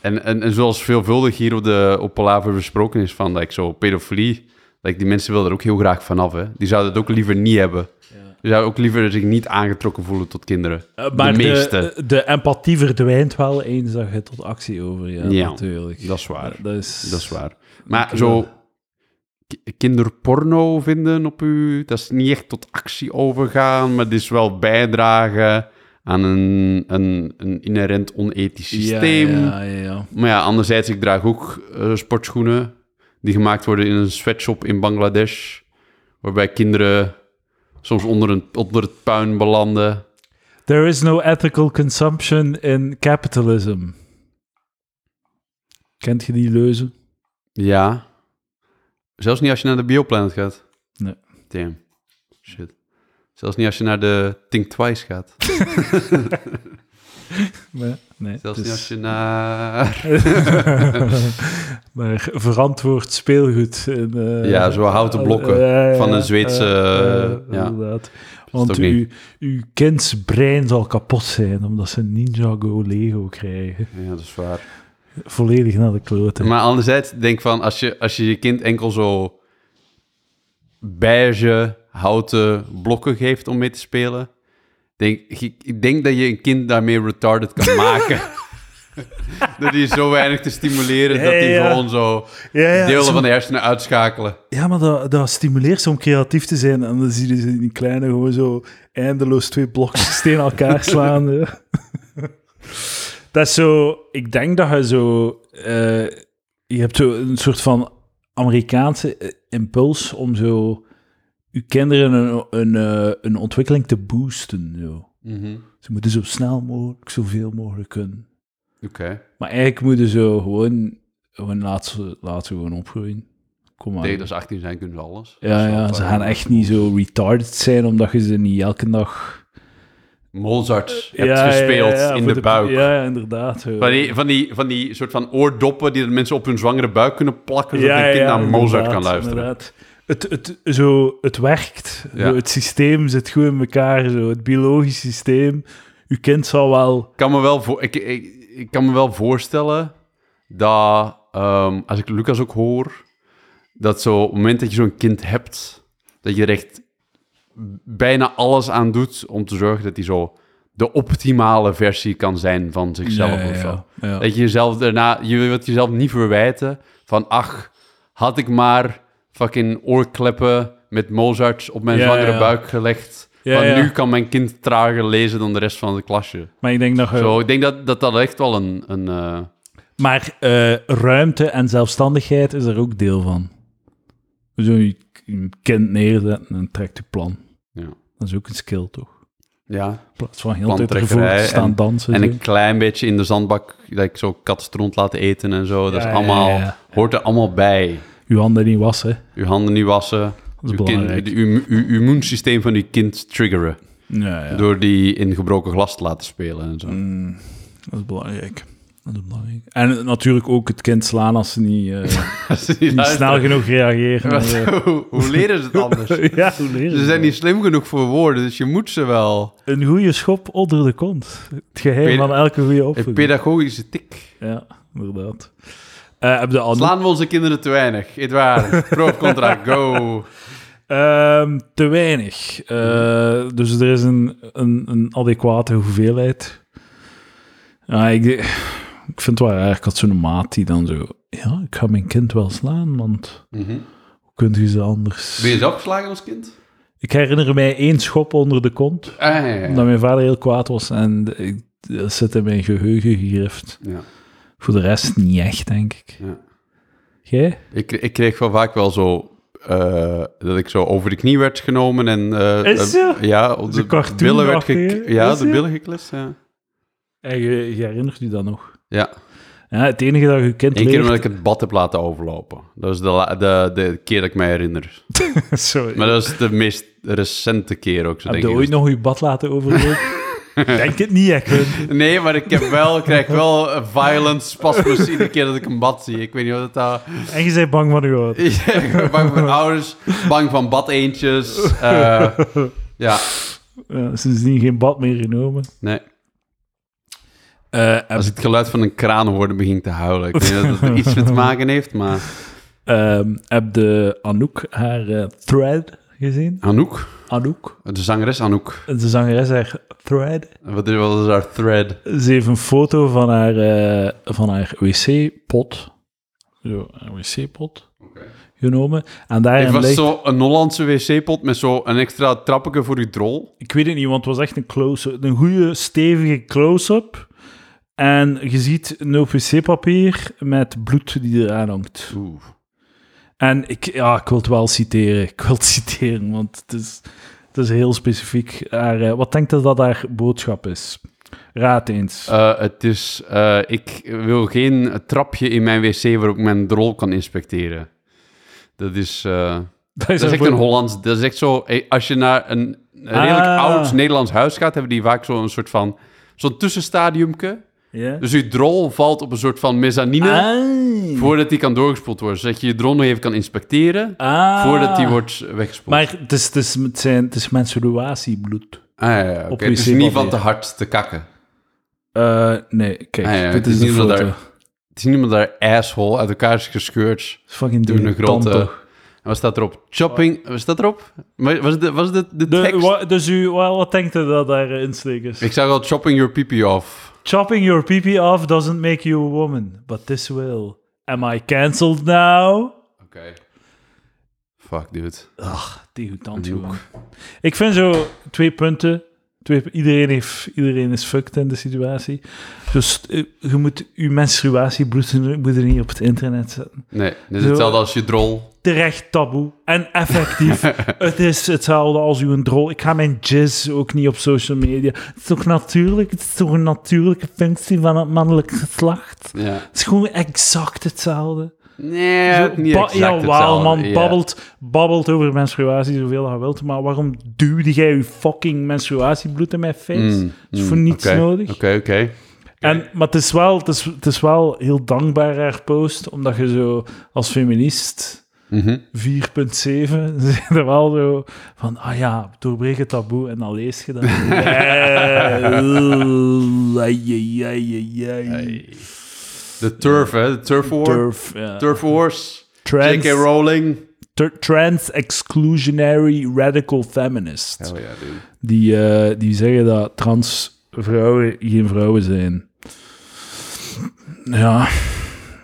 Speaker 2: En, en, en zoals veelvuldig hier op, de, op Palaver besproken is van like, zo pedofilie, like, die mensen willen er ook heel graag vanaf. Hè? Die zouden het ook liever niet hebben. Die zouden ook liever zich niet aangetrokken voelen tot kinderen.
Speaker 1: Eh, maar de, eh,
Speaker 2: meeste.
Speaker 1: De, empathie verdwijnt wel eens dat je tot actie overgaat,
Speaker 2: Ja,
Speaker 1: natuurlijk. Eh, dus-
Speaker 2: Dat is waar.
Speaker 1: Dat is,
Speaker 2: Dat is waar. Maar
Speaker 1: Oké.
Speaker 2: zo ki- kinderporno vinden op u, dat is niet echt tot actie overgaan, maar het is wel bijdragen aan een, een, een inherent onethisch systeem.
Speaker 1: Ja, ja, ja, ja.
Speaker 2: Maar ja, anderzijds, ik draag ook eh, sportschoenen die gemaakt worden in een sweatshop in Bangladesh, waarbij kinderen soms onder, een, onder het puin belanden.
Speaker 1: There is no ethical consumption in capitalism. Kent je die leuze?
Speaker 2: Ja. Zelfs niet als je naar de Bioplanet gaat.
Speaker 1: Nee.
Speaker 2: Damn. Shit. Zelfs niet als je naar de Think Twice gaat.
Speaker 1: Nee. nee
Speaker 2: Zelfs
Speaker 1: het
Speaker 2: niet
Speaker 1: is-
Speaker 2: als je naar...
Speaker 1: maar verantwoord speelgoed. In, eh,
Speaker 2: Ja, zo houten blokken
Speaker 1: ja, ja,
Speaker 2: van een Zweedse,
Speaker 1: eh, eh,
Speaker 2: ja.
Speaker 1: Inderdaad. Want
Speaker 2: ook
Speaker 1: uw,
Speaker 2: niet.
Speaker 1: uw kinds brein zal kapot zijn omdat ze Ninjago Lego krijgen.
Speaker 2: Ja, dat is waar.
Speaker 1: Volledig naar de kloten.
Speaker 2: Maar anderzijds, denk van, als je als je, je kind enkel zo beige, houten blokken geeft om mee te spelen, denk, ik ik denk dat je een kind daarmee retarded kan maken. Door die zo weinig te stimuleren, dat die
Speaker 1: Ja, ja.
Speaker 2: gewoon zo
Speaker 1: ja, ja,
Speaker 2: delen
Speaker 1: zo-
Speaker 2: van de hersenen uitschakelen.
Speaker 1: ja, maar dat, dat stimuleert ze om creatief te zijn. En dan zie je ze die kleine gewoon zo eindeloos twee blokjes tegen elkaar slaan. hè. dat is zo... Ik denk dat je zo... eh, je hebt zo een soort van Amerikaanse eh, impuls om zo... Je kinderen een, een, eh, een ontwikkeling te boosten, zo.
Speaker 2: Mhm.
Speaker 1: Ze moeten zo snel mogelijk, zoveel mogelijk kunnen.
Speaker 2: Oké.
Speaker 1: Maar eigenlijk moeten ze gewoon, gewoon laten, ze- laten ze gewoon opgroeien. Kom maar.
Speaker 2: Tegen dat ze 18 zijn, kunnen ze alles. Dat
Speaker 1: ja,
Speaker 2: is wel
Speaker 1: ja, ze
Speaker 2: fijn.
Speaker 1: gaan echt niet zo retarded zijn, omdat je ze niet elke dag...
Speaker 2: Mozart hebt
Speaker 1: Ja, ja,
Speaker 2: gespeeld
Speaker 1: ja, ja,
Speaker 2: in
Speaker 1: voor
Speaker 2: de, buik.
Speaker 1: Ja, ja, inderdaad. zo.
Speaker 2: Van, die, van, die, van die soort van oordoppen die de mensen op hun zwangere buik kunnen plakken, zodat
Speaker 1: Ja,
Speaker 2: een kind
Speaker 1: ja,
Speaker 2: naar Mozart
Speaker 1: inderdaad,
Speaker 2: kan luisteren.
Speaker 1: inderdaad. Het, het, zo, het werkt.
Speaker 2: Ja.
Speaker 1: Zo, het systeem zit goed in elkaar. Zo. Het biologisch systeem. Uw kind zal wel...
Speaker 2: Ik kan me wel, voor, ik, ik, ik kan me wel voorstellen dat, ehm, als ik Lucas ook hoor, dat zo, op het moment dat je zo'n kind hebt, dat je er echt bijna alles aan doet om te zorgen dat hij zo de optimale versie kan zijn van zichzelf
Speaker 1: Ja, ja,
Speaker 2: of zo.
Speaker 1: ja, ja.
Speaker 2: Dat je jezelf daarna, je wilt jezelf niet verwijten van, ach, had ik maar fucking oorkleppen met Mozart op mijn
Speaker 1: Ja,
Speaker 2: zwangere
Speaker 1: ja.
Speaker 2: buik gelegd.
Speaker 1: Ja,
Speaker 2: want
Speaker 1: ja.
Speaker 2: nu kan mijn kind trager lezen dan de rest van de klasje.
Speaker 1: Maar ik denk dat je...
Speaker 2: Zo, ik denk dat dat, dat echt wel een... een eh,
Speaker 1: Maar eh, ruimte en zelfstandigheid is er ook deel van. Zo je je kind neerzetten en trekt je plan.
Speaker 2: Ja.
Speaker 1: Dat is ook een skill, toch?
Speaker 2: ja.
Speaker 1: In plaats van heel de tijd ervoor
Speaker 2: Plantrekkerij
Speaker 1: te staan dansen.
Speaker 2: En
Speaker 1: zo.
Speaker 2: een klein beetje in de zandbak, dat ik zo katstront laat eten en zo. Dat
Speaker 1: Ja,
Speaker 2: is
Speaker 1: ja,
Speaker 2: allemaal,
Speaker 1: ja, ja.
Speaker 2: hoort er allemaal bij.
Speaker 1: Uw handen niet wassen.
Speaker 2: Uw handen niet wassen.
Speaker 1: Dat is
Speaker 2: uw, kind-
Speaker 1: belangrijk.
Speaker 2: uw, uw, uw immuunsysteem van uw kind triggeren.
Speaker 1: Ja, ja.
Speaker 2: Door die in gebroken glas te laten spelen en zo.
Speaker 1: Mm, dat is belangrijk. Dat is belangrijk. En eh, natuurlijk ook het kind slaan als ze niet, eh, niet snel genoeg reageren.
Speaker 2: Wat-
Speaker 1: Eh,
Speaker 2: hoe, hoe leren ze het anders?
Speaker 1: ja, hoe leren
Speaker 2: Ze
Speaker 1: ze
Speaker 2: zijn
Speaker 1: dat?
Speaker 2: niet slim genoeg voor woorden, dus je moet ze wel.
Speaker 1: Een goede schop onder de kont. Het geheim
Speaker 2: Peda-
Speaker 1: van elke goede
Speaker 2: Een
Speaker 1: opvoeding.
Speaker 2: pedagogische tik.
Speaker 1: Ja, inderdaad. Eh, heb je al
Speaker 2: Slaan we onze kinderen te weinig? Edouard, proefcontract, go.
Speaker 1: Ehm, te weinig. Eh, dus er is een, een, een adequate hoeveelheid. Ja, ik, ik vind het wel raar. Ik had zo'n maat die dan zo... Ja, ik ga mijn kind wel slaan, want hoe kunt u ze anders...
Speaker 2: Mhm. Ben je zelf geslagen als kind?
Speaker 1: Ik herinner mij één schop onder de kont,
Speaker 2: Ah, ja, ja, ja.
Speaker 1: omdat mijn vader heel kwaad was. En ik, dat zit in mijn geheugen gegrift.
Speaker 2: Ja,
Speaker 1: Voor de rest niet echt, denk ik.
Speaker 2: ja.
Speaker 1: Jij?
Speaker 2: Ik, ik kreeg wel vaak wel zo eh, eh, dat ik zo over de knie werd genomen en... eh,
Speaker 1: Is
Speaker 2: eh,
Speaker 1: zo?
Speaker 2: ja, op
Speaker 1: Zo'n
Speaker 2: de
Speaker 1: cartoon
Speaker 2: billen werd
Speaker 1: dacht
Speaker 2: gek-
Speaker 1: je,
Speaker 2: Ja,
Speaker 1: is
Speaker 2: de
Speaker 1: zo?
Speaker 2: billen geklist, ja.
Speaker 1: En Eh, je, je herinnert je dat nog?
Speaker 2: Ja,
Speaker 1: Ja, het enige dat je kind
Speaker 2: één keer
Speaker 1: leert...
Speaker 2: omdat ik het bad heb laten overlopen. Dat is de, la- de, de keer dat ik mij herinner.
Speaker 1: Sorry.
Speaker 2: Maar dat is de meest recente keer ook, zo
Speaker 1: Heb
Speaker 2: denk
Speaker 1: je
Speaker 2: ik.
Speaker 1: ooit nog je bad laten overlopen? Denk het niet, echt. Wim.
Speaker 2: Nee, maar ik heb wel, ik krijg wel eh, violent spasmus iedere keer dat ik een bad zie. Ik weet niet wat het daar...
Speaker 1: En je bent bang van je ouders.
Speaker 2: bang van ouders, bang van badeentjes. eh, ja,
Speaker 1: Ja, sindsdien geen bad meer genomen.
Speaker 2: nee.
Speaker 1: Eh, heb-
Speaker 2: Als ik het geluid van een kraan hoorde, begin ik te huilen. Ik weet niet dat het er iets mee te maken heeft, maar...
Speaker 1: ehm, heb de Anouk haar eh, thread gezien?
Speaker 2: Anouk,
Speaker 1: Anouk?
Speaker 2: de zangeres Anouk.
Speaker 1: De zangeres haar thread.
Speaker 2: Wat is, wat is haar thread?
Speaker 1: Ze heeft een foto van haar, eh, van haar wc-pot. Zo, een wc-pot. Genomen. En
Speaker 2: Het
Speaker 1: daarin
Speaker 2: was
Speaker 1: ligt...
Speaker 2: zo een Hollandse wc-pot met zo een extra trappetje voor je drol.
Speaker 1: Ik weet het niet, want het was echt een close-up. Een goede, stevige close-up. En je ziet een wc-papier met bloed die eraan hangt.
Speaker 2: Oeh.
Speaker 1: En ik, ja, ik wil het wel citeren. Ik wil het citeren, want het is, het is heel specifiek. Haar, eh, wat denkt je dat haar boodschap is? Raad eens.
Speaker 2: Eh, het is, eh, ik wil geen trapje in mijn wc waarop ik mijn drol kan inspecteren. Dat is, eh, dat is
Speaker 1: haar
Speaker 2: echt
Speaker 1: bood-
Speaker 2: een Hollands. Dat is echt zo. eh, Als je naar een een redelijk
Speaker 1: Ah.
Speaker 2: oud Nederlands huis gaat, hebben die vaak zo'n soort van. Zo'n tussenstadiumke.
Speaker 1: Ja?
Speaker 2: Dus je drol valt op een soort van mezzanine.
Speaker 1: Ah.
Speaker 2: Voordat die kan doorgespoeld worden. Zodat je je drol nog even kan inspecteren.
Speaker 1: Ah.
Speaker 2: Voordat die wordt weggespoeld.
Speaker 1: Maar het is, het is, het zijn, het is menstruatiebloed.
Speaker 2: Ah, ja, ja, oké.
Speaker 1: Op
Speaker 2: Het is
Speaker 1: wc-papier.
Speaker 2: niet van te hard te kakken.
Speaker 1: Eh, nee, kijk,
Speaker 2: Ah ja,
Speaker 1: dit
Speaker 2: het
Speaker 1: is
Speaker 2: is
Speaker 1: de
Speaker 2: niet dat
Speaker 1: foto.
Speaker 2: daar- Het is niemand daar asshole uit elkaar is gescheurd.
Speaker 1: Fucking
Speaker 2: Toen
Speaker 1: doen
Speaker 2: een grote. En wat staat erop? Chopping. Wat staat erop? Maar Was dit, was dit de,
Speaker 1: De,
Speaker 2: tekst?
Speaker 1: wa- dus u, wa- wat denkt u dat daarin steek is?
Speaker 2: Ik zag al chopping your pee pee off.
Speaker 1: Chopping your pee off doesn't make you a woman, but this will. Am I cancelled now?
Speaker 2: Oké. Fuck, dude.
Speaker 1: Ach, die goed tand,
Speaker 2: Die
Speaker 1: jongen.
Speaker 2: ook.
Speaker 1: Ik vind zo twee punten. Twee, iedereen, heeft, iedereen is fucked in de situatie. Dus eh, je moet je menstruatiebloed moet er niet op het internet zetten.
Speaker 2: Nee, dit is
Speaker 1: Zo.
Speaker 2: hetzelfde als je drol.
Speaker 1: terecht taboe en effectief. het is hetzelfde als uw drol. Ik ga mijn jizz ook niet op social media. Het is toch natuurlijk? Het is toch een natuurlijke functie van het mannelijk geslacht?
Speaker 2: Ja.
Speaker 1: Het is gewoon exact hetzelfde.
Speaker 2: Nee,
Speaker 1: Zo,
Speaker 2: niet
Speaker 1: ba-
Speaker 2: exact
Speaker 1: ja,
Speaker 2: hetzelfde.
Speaker 1: Waalman
Speaker 2: Ja.
Speaker 1: babbelt, babbelt over menstruatie zoveel hij wilt, maar waarom duwde jij je fucking menstruatiebloed in mijn face?
Speaker 2: Mm,
Speaker 1: dat is
Speaker 2: mm,
Speaker 1: voor niets
Speaker 2: oké,
Speaker 1: nodig.
Speaker 2: Oké, oké.
Speaker 1: En, maar het is, wel, het, is, het is wel heel dankbaar haar post, omdat je zo als feminist...
Speaker 2: Mhm.
Speaker 1: 4.7 zijn er wel zo van, ah ja, doorbreek het taboe en dan lees je dat. Eh, oeh, ai, ai, ai, ai, ai.
Speaker 2: Hey. De turf, hè? De turf war. Turf,
Speaker 1: Turf, ja.
Speaker 2: wars.
Speaker 1: Trans,
Speaker 2: J.K. Rowling.
Speaker 1: ter- trans exclusionary radical feminist.
Speaker 2: Hell Oh ja, dude.
Speaker 1: Die, eh, die zeggen dat trans vrouwen geen vrouwen zijn. Ja,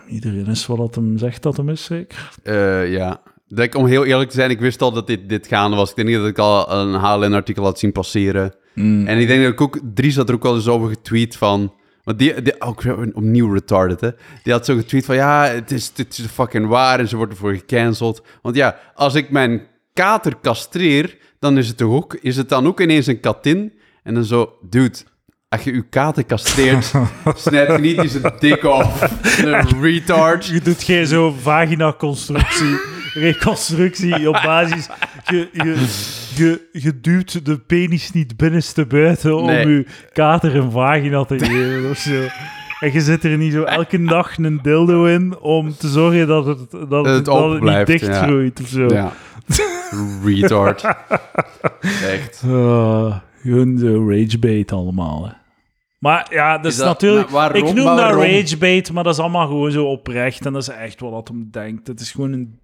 Speaker 1: iedereen is wat dat hem zegt dat hem is, zeker.
Speaker 2: Eh, ja. Dat ik, om heel eerlijk te zijn, ik wist al dat dit, dit gaande was. Ik denk niet dat ik al een HLN-artikel had zien passeren. En ik denk dat ik ook... Dries had er ook wel eens over getweet van... Want die, die ook weer opnieuw retarded, hè. Die had zo getweet van... Ja, het is, dit is fucking waar en ze wordt ervoor gecanceld. Want ja, als ik mijn kater castreer, dan is het, toch ook, is het dan ook ineens een katin. En dan zo... Dude, als je uw kater castreert, snijd je niet eens een dik af. Een retard.
Speaker 1: Je doet geen zo vagina-constructie, reconstructie op basis. Je, je, je, je duwt de penis niet binnenste buiten om
Speaker 2: Nee.
Speaker 1: je kater een vagina te geven of zo. En je zit er niet zo elke dag een dildo in om te zorgen dat het, dat het,
Speaker 2: het
Speaker 1: dat
Speaker 2: open
Speaker 1: het
Speaker 2: blijft,
Speaker 1: niet
Speaker 2: ja.
Speaker 1: dichtgroeit of zo.
Speaker 2: Ja. Retard. Echt.
Speaker 1: Ah, Gewoon de ragebait allemaal. Hè. Maar ja, dat is,
Speaker 2: Is dat-
Speaker 1: natuurlijk.
Speaker 2: maar waarom-
Speaker 1: ik noem
Speaker 2: waarom?
Speaker 1: dat ragebait, maar dat is allemaal gewoon zo oprecht. En dat is echt wat dat hem denkt. Het is gewoon een.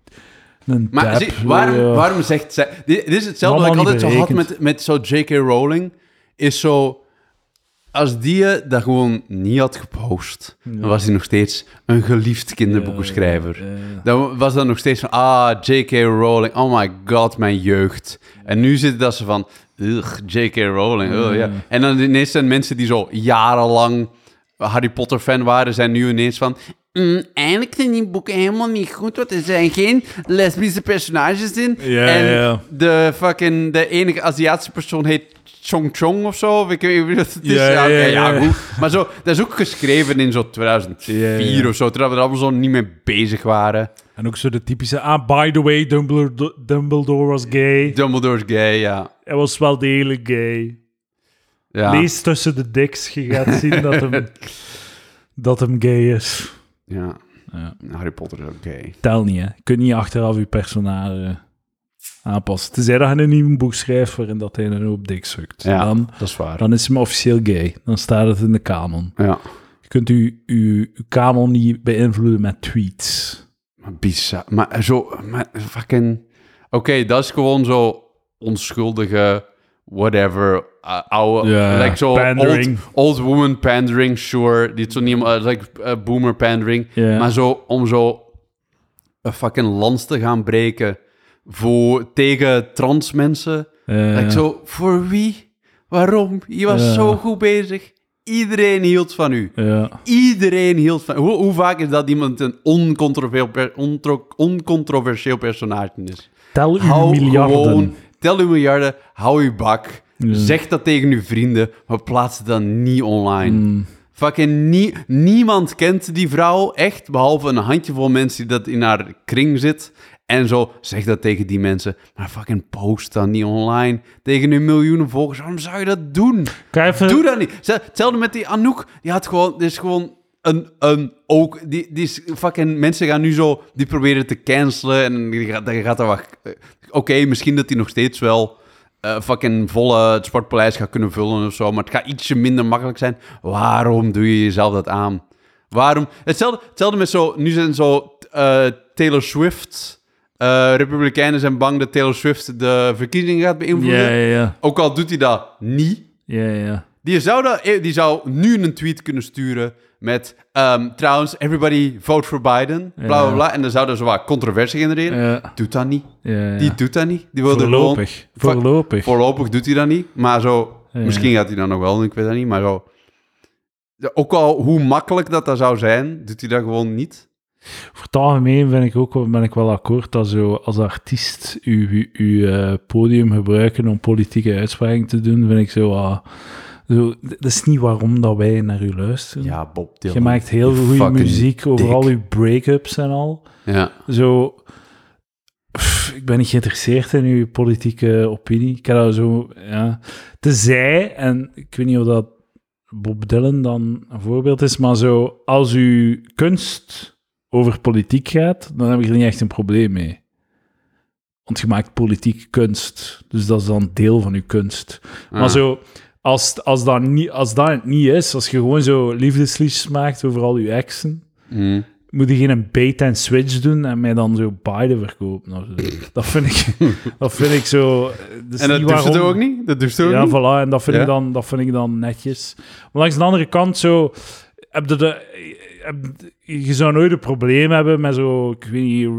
Speaker 1: een
Speaker 2: Maar
Speaker 1: dep,
Speaker 2: zie, waarom,
Speaker 1: eh,
Speaker 2: waarom zegt zij... Dit, dit is hetzelfde wat ik
Speaker 1: Allemaal
Speaker 2: altijd
Speaker 1: niet
Speaker 2: zo had
Speaker 1: berekend.
Speaker 2: met, met zo J.K. Rowling. Is zo... Als die je dat gewoon niet had gepost, dan was hij nog steeds een geliefd kinderboekenschrijver.
Speaker 1: eh,
Speaker 2: Dan was dat nog steeds van, ah, J.K. Rowling, oh my god, mijn jeugd. En nu zit dat ze van, ugh, J.K. Rowling, ugh, ja.
Speaker 1: Mm.
Speaker 2: En dan ineens zijn mensen die zo jarenlang Harry Potter fan waren, zijn nu ineens van, "Eh, "Mm, eigenlijk zijn die boeken helemaal niet goed, want er zijn geen lesbische personages in.
Speaker 1: Ja,
Speaker 2: en
Speaker 1: ja.
Speaker 2: de fucking, de enige Aziatische persoon heet Chong Chong of zo. Of ik weet niet wat het is.
Speaker 1: Ja,
Speaker 2: Ja,
Speaker 1: ja,
Speaker 2: oké,
Speaker 1: ja.
Speaker 2: ja, goed. Maar zo, dat is ook geschreven in zo'n 2004
Speaker 1: Ja, ja.
Speaker 2: of zo, terwijl we er allemaal zo niet mee bezig waren.
Speaker 1: En ook zo de typische, ah, by the way, Dumbledore, Dumbledore was gay.
Speaker 2: Dumbledore's gay, ja.
Speaker 1: Hij was wel degelijk gay.
Speaker 2: ja.
Speaker 1: Lees tussen de diks, je gaat zien dat hem, dat hem gay is.
Speaker 2: Ja.
Speaker 1: Ja.
Speaker 2: Harry Potter is ook gay.
Speaker 1: Tel niet, hè. Je kunt niet achteraf je personage eh, aanpassen. Tenzij dat je een nieuw boek schrijft waarin dat hij een hoop dik sukt.
Speaker 2: Ja,
Speaker 1: Dan,
Speaker 2: dat is waar.
Speaker 1: dan is hem officieel gay. Dan staat het in de kanon.
Speaker 2: Ja.
Speaker 1: Je kunt u, u, uw kanon niet beïnvloeden met tweets.
Speaker 2: Maar bizar. Maar zo, maar fucking... Oké, dat is gewoon zo onschuldige, whatever, eh, oude...
Speaker 1: Ja,
Speaker 2: like zo
Speaker 1: pandering.
Speaker 2: Old, old woman pandering, sure. Die is zo niet... eh, like eh, boomer pandering.
Speaker 1: Ja.
Speaker 2: Maar zo, om zo een fucking lans te gaan breken voor, tegen trans mensen.
Speaker 1: Eh,
Speaker 2: Like zo, voor wie? Waarom? Je was
Speaker 1: Ja.
Speaker 2: zo goed bezig. Iedereen hield van u.
Speaker 1: ja.
Speaker 2: Iedereen hield van... Hoe, hoe vaak is dat iemand een oncontroversieel, per- ontro- oncontroversieel personage is?
Speaker 1: Tel uw miljarden.
Speaker 2: Tel uw miljarden, hou uw bak. Zeg dat tegen uw vrienden, maar plaats het dan niet online. Fucking nie- niemand kent die vrouw echt, behalve een handjevol mensen die dat in haar kring zit. En zo, zeg dat tegen die mensen. Maar fucking post dan niet online. Tegen uw miljoenen volgers, waarom zou je dat doen?
Speaker 1: Kan je even-
Speaker 2: Doe dat niet. Ze- Hetzelfde met die Anouk. Die had gewoon, dit is gewoon een, een ook. Die, die is fucking, mensen gaan nu zo, die proberen te cancelen. En die gaat, die gaat er wat. eh, Oké, misschien dat die nog steeds wel eh, fucking volle het sportpaleis gaat kunnen vullen of zo. Maar het gaat ietsje minder makkelijk zijn. Waarom doe je jezelf dat aan? Waarom? Hetzelfde, hetzelfde met zo, nu zijn zo eh, Taylor Swift. eh, Republikeinen zijn bang dat Taylor Swift de verkiezingen gaat beïnvloeden.
Speaker 1: Ja, ja, ja.
Speaker 2: Ook al doet hij dat niet.
Speaker 1: Ja, ja.
Speaker 2: Die zou, dat, die zou nu een tweet kunnen sturen met... ehm, trouwens, everybody vote for Biden. Bla, bla,
Speaker 1: Ja.
Speaker 2: bla. En dan zou dat zo wat controversie genereren.
Speaker 1: Ja,
Speaker 2: Doet dat niet.
Speaker 1: ja, ja.
Speaker 2: Die doet dat niet. Die wilde
Speaker 1: Voorlopig.
Speaker 2: gewoon-
Speaker 1: Voorlopig.
Speaker 2: Voorlopig doet hij dat niet. Maar zo...
Speaker 1: Ja.
Speaker 2: Misschien gaat hij dat nog wel, ik weet dat niet. Maar zo... Ja, Ook al hoe makkelijk dat dat zou zijn, doet hij dat gewoon niet.
Speaker 1: Voor het algemeen vind ik ook, wel- ben ik wel akkoord dat zo als artiest uw, uw, uw, eh, podium gebruiken om politieke uitspraken te doen, vind ik zo... ah, zo d- dat is niet waarom dat wij naar u luisteren.
Speaker 2: Ja, Bob
Speaker 1: Je maakt heel goede muziek over
Speaker 2: dik.
Speaker 1: al uw break-ups en al.
Speaker 2: Ja.
Speaker 1: Zo... pff, ik ben niet geïnteresseerd in uw politieke opinie. Ik heb dat zo... Ja. Tenzij, en ik weet niet of dat Bob Dylan dan een voorbeeld is, maar zo, als uw kunst over politiek gaat, dan heb ik er niet echt een probleem mee. Want je maakt politieke kunst, dus dat is dan deel van uw kunst. Maar
Speaker 2: Ah.
Speaker 1: zo, als, als, dat niet, als dat het niet is, als je gewoon zo liefdesliedjes maakt over al uw exen,
Speaker 2: Mm.
Speaker 1: moet je geen bait en switch doen en mij dan zo Biden verkopen. of zo. Dat vind ik, dat vind ik zo... eh, dat is
Speaker 2: En dat
Speaker 1: niet
Speaker 2: doet ze
Speaker 1: waarom-
Speaker 2: toch ook niet? Dat doet ze toch
Speaker 1: ja,
Speaker 2: ook niet?
Speaker 1: voilà. En dat vind,
Speaker 2: Ja.
Speaker 1: ik dan, dat vind ik dan netjes. Maar langs de andere kant, zo... Heb je, de, heb- je zou nooit een probleem hebben met zo... Ik weet niet...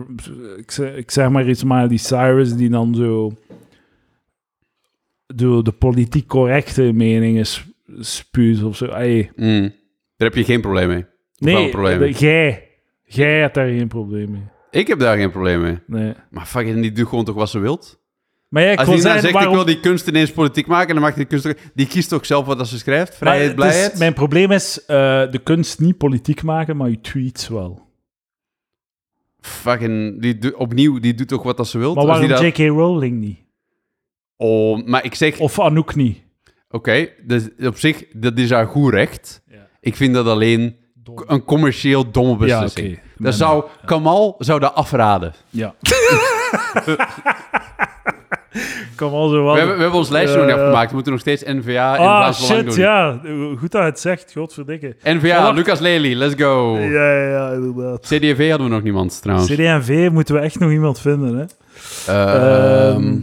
Speaker 1: Ik zeg, ik zeg maar iets, maar die Cyrus die dan zo... De, de politiek correcte meningen sp- spuut of zo. Ey,
Speaker 2: Mm. Daar heb je geen probleem mee. wel een
Speaker 1: nee,
Speaker 2: probleem.
Speaker 1: de- jij... Jij hebt daar geen probleem mee.
Speaker 2: Ik heb daar geen probleem mee.
Speaker 1: Nee.
Speaker 2: Maar fucking, die doet gewoon toch wat ze wilt?
Speaker 1: Maar ja, ik
Speaker 2: Als
Speaker 1: wil
Speaker 2: die nou
Speaker 1: zeggen,
Speaker 2: zegt,
Speaker 1: waarom-
Speaker 2: ik wil die kunst ineens politiek maken, dan maakt die kunst ook- Die kiest ook zelf wat ze schrijft.
Speaker 1: maar
Speaker 2: Vrijheid,
Speaker 1: het is-
Speaker 2: blijheid.
Speaker 1: Mijn probleem is eh, de kunst niet politiek maken, maar je tweets wel.
Speaker 2: Fucking, die doet- opnieuw, die doet toch wat dat ze wilt.
Speaker 1: Maar
Speaker 2: Als
Speaker 1: waarom
Speaker 2: die dat-
Speaker 1: J.K. Rowling niet?
Speaker 2: Oh, maar ik zeg, oké,
Speaker 1: Of Anouk niet?
Speaker 2: dus op zich, dat is haar goed recht. Ik vind dat alleen k- een commercieel domme beslissing.
Speaker 1: oké. Ben-
Speaker 2: Dat zou, Kamal zou dat afraden.
Speaker 1: Ja. Kom al zo wel.
Speaker 2: We hebben, we hebben ons lijstje nog niet
Speaker 1: Eh,
Speaker 2: afgemaakt. We moeten nog steeds NVA en
Speaker 1: ah,
Speaker 2: Vlaams Belang
Speaker 1: shit,
Speaker 2: doen.
Speaker 1: ja. Goed dat je het zegt, godverdikke.
Speaker 2: NVA,
Speaker 1: Wacht.
Speaker 2: Lucas Lely, let's go.
Speaker 1: Ja, ja, ja, inderdaad.
Speaker 2: CDV hadden we nog niemand, trouwens.
Speaker 1: CD&V moeten we echt nog iemand vinden, hè.
Speaker 2: Ehm,
Speaker 1: Ehm,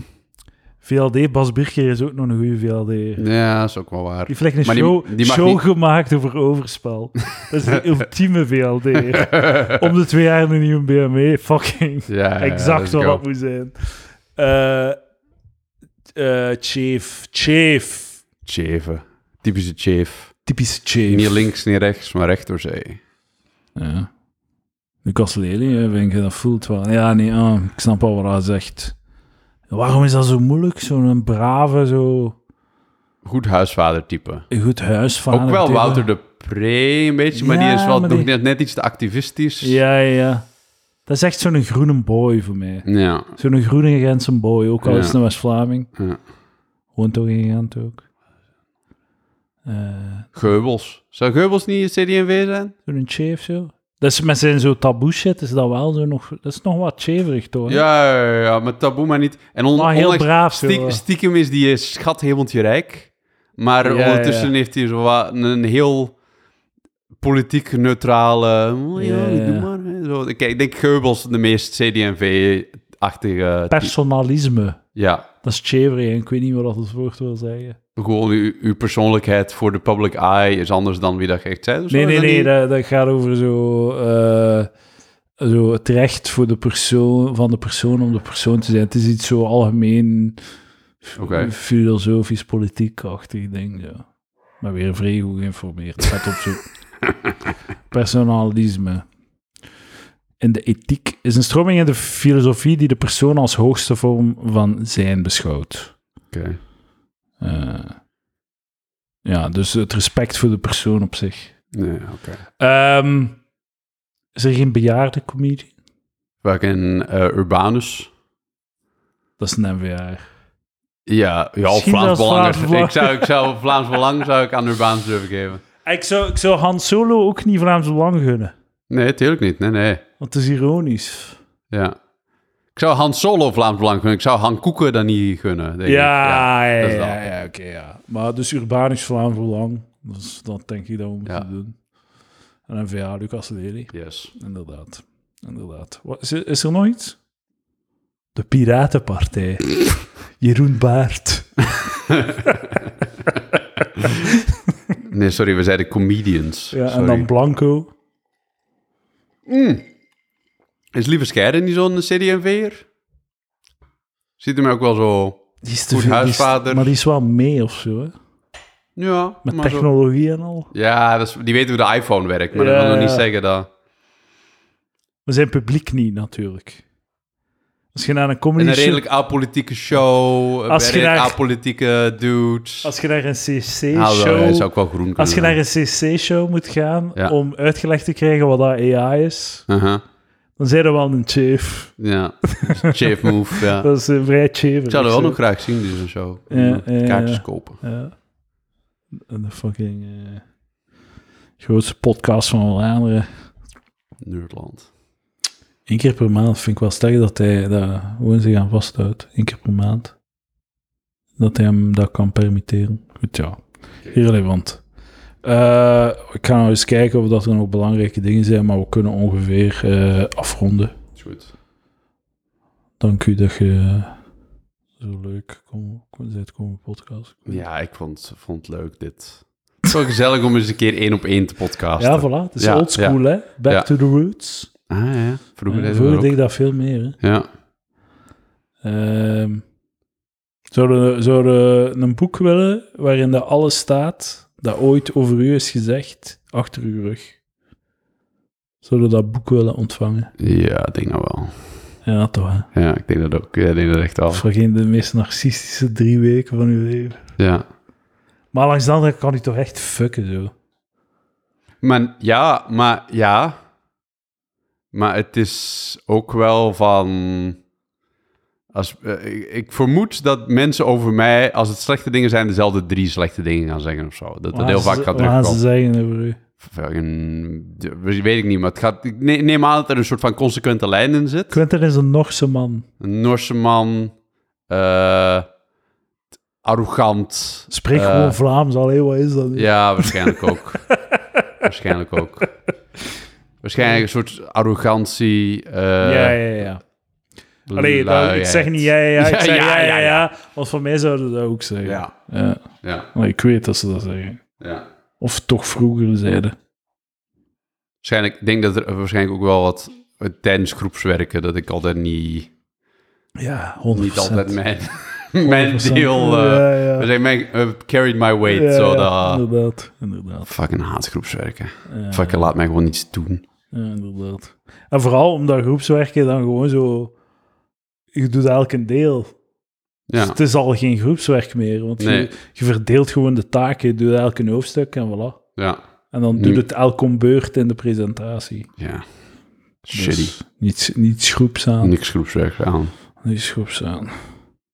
Speaker 1: VLD, Bas Birker is ook nog een goede VLD.
Speaker 2: ja, dat is ook wel waar.
Speaker 1: Die heeft echt een
Speaker 2: Maar die-
Speaker 1: show,
Speaker 2: die mag
Speaker 1: show
Speaker 2: niet-
Speaker 1: gemaakt over overspel. Dat is de ultieme VLD. Om de twee jaar een nieuwe BMW. Fucking
Speaker 2: Ja,
Speaker 1: exact wat
Speaker 2: wel.
Speaker 1: dat moet zijn. Eh eh, chief. Chief.
Speaker 2: Chave. Typische chave.
Speaker 1: Typisch chief.
Speaker 2: Niet links, niet rechts, maar recht door zee.
Speaker 1: Ja. Lucas Lely, hè, vind ik, dat voelt wel. Ja, nee, ah, ik snap al wat hij zegt. Waarom is dat zo moeilijk? Zo'n brave, zo
Speaker 2: Goed huisvader-type.
Speaker 1: een goed huisvader.
Speaker 2: Ook wel
Speaker 1: type.
Speaker 2: Wouter de Pre, een beetje, maar die
Speaker 1: Ja,
Speaker 2: is wel
Speaker 1: maar
Speaker 2: nog
Speaker 1: die-
Speaker 2: net, net iets te activistisch.
Speaker 1: Ja, ja. Dat is echt zo'n groene boy voor mij.
Speaker 2: Ja.
Speaker 1: Zo'n groene Gentse boy, ook al
Speaker 2: Ja.
Speaker 1: is het een West-Vlaming.
Speaker 2: ja.
Speaker 1: Woont toch in Gent ook. Eh,
Speaker 2: Geubels. Zou Geubels niet CD&W zijn?
Speaker 1: zo'n chef zo. Dat is met zijn zo taboe shit, is dat wel zo nog... Dat is nog wat cheverig, toch? hè?
Speaker 2: Ja, ja, ja, ja, maar taboe maar niet. En on,
Speaker 1: Maar heel
Speaker 2: ondanks-
Speaker 1: braaf zo.
Speaker 2: stiek- stiekem is die eh, schat hemeltje rijk. Maar
Speaker 1: Ja,
Speaker 2: ondertussen
Speaker 1: ja.
Speaker 2: heeft hij zo wat een heel politiek neutrale... Oh, ja,
Speaker 1: Ja, ja.
Speaker 2: doe maar. hè, Zo. Kijk, ik denk Geubels de meest CD&V-achtige... eh, type.
Speaker 1: Personalisme.
Speaker 2: Ja,
Speaker 1: Dat is cheverig en ik weet niet wat dat het woord wil zeggen.
Speaker 2: gewoon uw, uw persoonlijkheid voor de public eye is anders dan wie dat je echt zei. of zo,
Speaker 1: Nee,
Speaker 2: is
Speaker 1: nee,
Speaker 2: dat
Speaker 1: nee, dat,
Speaker 2: niet?
Speaker 1: dat gaat over zo, eh, zo het recht voor de persoon, van de persoon om de persoon te zijn. Het is iets zo algemeen f-
Speaker 2: Oké.
Speaker 1: filosofisch, politiek-achtig ding. Ja. Maar weer vrij goed geïnformeerd. Gaat op zoek. Personalisme. En de ethiek is een stroming in de filosofie die de persoon als hoogste vorm van zijn beschouwt.
Speaker 2: Oké.
Speaker 1: Eh, ja, dus het respect voor de persoon op zich.
Speaker 2: Nee, oké.
Speaker 1: Ehm, is er geen bejaarde comedie?
Speaker 2: Fucking, eh, Urbanus.
Speaker 1: Dat is een NVR.
Speaker 2: Ja, ja
Speaker 1: Misschien zelfs
Speaker 2: Vlaams Belang.
Speaker 1: Vlaams Belang.
Speaker 2: Ik zou, ik zou Vlaams Belang zou ik aan Urbanus durven geven.
Speaker 1: Ik zou, ik zou Han Solo ook niet Vlaams Belang gunnen.
Speaker 2: Nee, tuurlijk niet. Nee, nee.
Speaker 1: Want het is ironisch.
Speaker 2: Ja. Ik zou Han Solo Vlaams Belang gunnen. Ik zou Han Koeken dan niet gunnen. Denk ik.
Speaker 1: Ja, ja, ja,
Speaker 2: dat is wel-
Speaker 1: ja, oké, ja. Maar dus Urbanus Vlaams Belang, dus dat denk ik dat we moeten
Speaker 2: Ja.
Speaker 1: doen. En NVA Lucas Lely,
Speaker 2: Yes.
Speaker 1: inderdaad. inderdaad. Wat, is, er- is er nog iets? De Piratenpartij. Jeroen Baert.
Speaker 2: Nee, sorry, we zeiden comedians.
Speaker 1: Ja, en
Speaker 2: sorry.
Speaker 1: dan Blanco.
Speaker 2: Is Lieve Scheiden niet zo'n CD&V'er? Ziet hem ook wel zo...
Speaker 1: Die is te
Speaker 2: Goed
Speaker 1: veel- die is-
Speaker 2: huisvader.
Speaker 1: maar die is wel mee of zo, hè?
Speaker 2: Ja,
Speaker 1: Met
Speaker 2: maar zo-
Speaker 1: technologie en al.
Speaker 2: Ja, dat is- die weten hoe de iPhone werkt, maar
Speaker 1: Ja,
Speaker 2: dat wil nog niet
Speaker 1: ja.
Speaker 2: zeggen dat...
Speaker 1: Maar zijn publiek niet, natuurlijk. Als je naar een comedy
Speaker 2: En een
Speaker 1: show-
Speaker 2: redelijk apolitieke show, een
Speaker 1: Als je
Speaker 2: redelijk
Speaker 1: daar-
Speaker 2: apolitieke dudes.
Speaker 1: Als je naar een
Speaker 2: Ah, wel, hij
Speaker 1: CC-show...
Speaker 2: zou ook wel groen kunnen.
Speaker 1: als je naar een CC-show moet gaan
Speaker 2: Ja.
Speaker 1: om uitgelegd te krijgen wat dat AI is,
Speaker 2: Aha,
Speaker 1: dan zijn er wel een chief.
Speaker 2: Ja, chef move, ja.
Speaker 1: Dat is een vrij chief.
Speaker 2: Ik zou dat wel nog graag zien, deze show.
Speaker 1: Ja, ja,
Speaker 2: Mm, Kaartjes
Speaker 1: ja.
Speaker 2: kopen.
Speaker 1: Ja. En de fucking... eh, grootste podcast van eh. Vlaanderen.
Speaker 2: Nederland.
Speaker 1: Eén keer per maand vind ik wel sterk dat hij dat gewoon zich aan vasthoudt. Eén keer per maand. Dat hij hem dat kan permitteren. Goed, ja. Irrelevant. Eh, ik ga nou eens kijken of dat er nog belangrijke dingen zijn, maar we kunnen ongeveer eh, afronden.
Speaker 2: Is goed.
Speaker 1: Dank u dat je zo leuk kom, kom, bent komen podcast.
Speaker 2: Ja, ik vond, vond het leuk dit. Het is wel gezellig om eens een keer één op één te podcasten.
Speaker 1: Ja, voilà. Het is
Speaker 2: Ja,
Speaker 1: oldschool, hè? Back
Speaker 2: Ja.
Speaker 1: to the roots.
Speaker 2: Ah ja, vroeger
Speaker 1: Eh,
Speaker 2: deden we
Speaker 1: Vroeger
Speaker 2: dat
Speaker 1: deed ik
Speaker 2: ook.
Speaker 1: dat veel meer, hè.
Speaker 2: Ja.
Speaker 1: Ehm zouden we- zouden we een boek willen waarin dat alles staat dat ooit over u is gezegd, achter uw rug? Zouden we dat boek willen ontvangen?
Speaker 2: ja, ik denk dat wel.
Speaker 1: Ja, toch? Hè?
Speaker 2: Ja, ik denk dat ook. Ja, ik denk dat echt wel.
Speaker 1: Voor geen de meest narcistische drie weken van uw leven.
Speaker 2: Ja.
Speaker 1: Maar langs de andere kant kan u toch echt fucken, zo.
Speaker 2: Maar ja, maar ja. Maar het is ook wel van. Als, eh, ik, ik vermoed dat mensen over mij, als het slechte dingen zijn, dezelve drie slechte dingen gaan zeggen of zo. Dat dat
Speaker 1: Wat
Speaker 2: heel
Speaker 1: gaan
Speaker 2: vaak
Speaker 1: ze-
Speaker 2: gaat
Speaker 1: wat gaan ze
Speaker 2: terugkomen.
Speaker 1: zeggen over u?
Speaker 2: Fucking- de- Weet ik niet, maar het gaat, ik ne- neem aan dat er een soort van consequente lijn in zit.
Speaker 1: Quentin is een Norse man.
Speaker 2: Een Noorse man, eh, t- arrogant.
Speaker 1: Spreek
Speaker 2: Eh.
Speaker 1: gewoon Vlaams, allee, wat is dat? nu?
Speaker 2: Ja, waarschijnlijk ook. waarschijnlijk ook. Waarschijnlijk een soort arrogantie. eh
Speaker 1: ja, ja, ja. Allee, dat- ik
Speaker 2: luiheid.
Speaker 1: zeg niet ja, ja, ja. Ik
Speaker 2: Ja,
Speaker 1: zeg
Speaker 2: ja,
Speaker 1: ja, ja, ja.
Speaker 2: ja, ja.
Speaker 1: Want voor mij zouden ze dat ook zeggen.
Speaker 2: Ja,
Speaker 1: ja.
Speaker 2: ja,
Speaker 1: Maar ik weet dat ze dat zeggen.
Speaker 2: ja.
Speaker 1: Of toch vroeger zeiden.
Speaker 2: Waarschijnlijk, ik denk dat er waarschijnlijk ook wel wat tijdens groepswerken, dat ik altijd niet,
Speaker 1: Ja, 100%.
Speaker 2: niet altijd mijn, mijn
Speaker 1: 100%.
Speaker 2: deel... eh
Speaker 1: ja, ja.
Speaker 2: we zijn mijn, eh, carried my weight,
Speaker 1: Ja,
Speaker 2: zo
Speaker 1: ja,
Speaker 2: dat...
Speaker 1: Inderdaad, inderdaad.
Speaker 2: Fucking haat groepswerken.
Speaker 1: Ja.
Speaker 2: Fucking laat mij gewoon iets doen.
Speaker 1: Ja, inderdaad. En vooral omdat groepswerken dan gewoon zo... Je doet elk een deel. Dus
Speaker 2: Ja.
Speaker 1: het is al geen groepswerk meer. Want
Speaker 2: Nee.
Speaker 1: je, je verdeelt gewoon de taken. Je doet elk een hoofdstuk en voilà.
Speaker 2: Ja.
Speaker 1: En dan
Speaker 2: Nu-
Speaker 1: doet het elk om beurt in de presentatie.
Speaker 2: Ja.
Speaker 1: Dus
Speaker 2: Shitty.
Speaker 1: niets, niets groeps aan.
Speaker 2: Niks groepswerk aan.
Speaker 1: Niets groeps aan.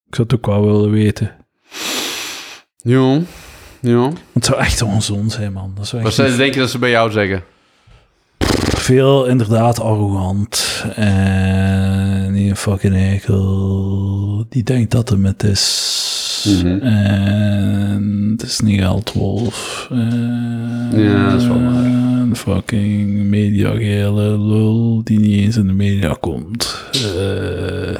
Speaker 1: Ik zou het ook wel willen weten.
Speaker 2: Ja. Ja.
Speaker 1: Want het zou echt onzon zijn, man. Dat zou
Speaker 2: Wat
Speaker 1: echt
Speaker 2: ze- denk je dat ze bij jou zeggen?
Speaker 1: veel inderdaad arrogant. En die een fucking ekel. Die denkt dat hem het is.
Speaker 2: Mhm.
Speaker 1: En het is niet L12. En
Speaker 2: Ja, dat is wel waar.
Speaker 1: Een fucking mediagele lul die niet eens in de media komt. Eh, eh,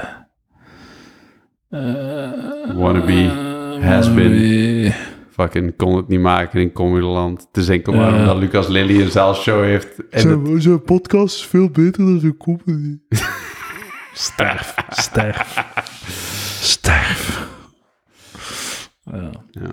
Speaker 2: Wannabe.
Speaker 1: eh,
Speaker 2: Has been.
Speaker 1: wannabe.
Speaker 2: Fucking kon het niet maken in Comedyland. Het is enkel maar
Speaker 1: Ja.
Speaker 2: omdat Lucas Lely een zaalshow heeft. En het-
Speaker 1: Zijn, zijn podcast is veel beter dan zijn comedy. sterf, sterf, sterf. Ja.
Speaker 2: Ja.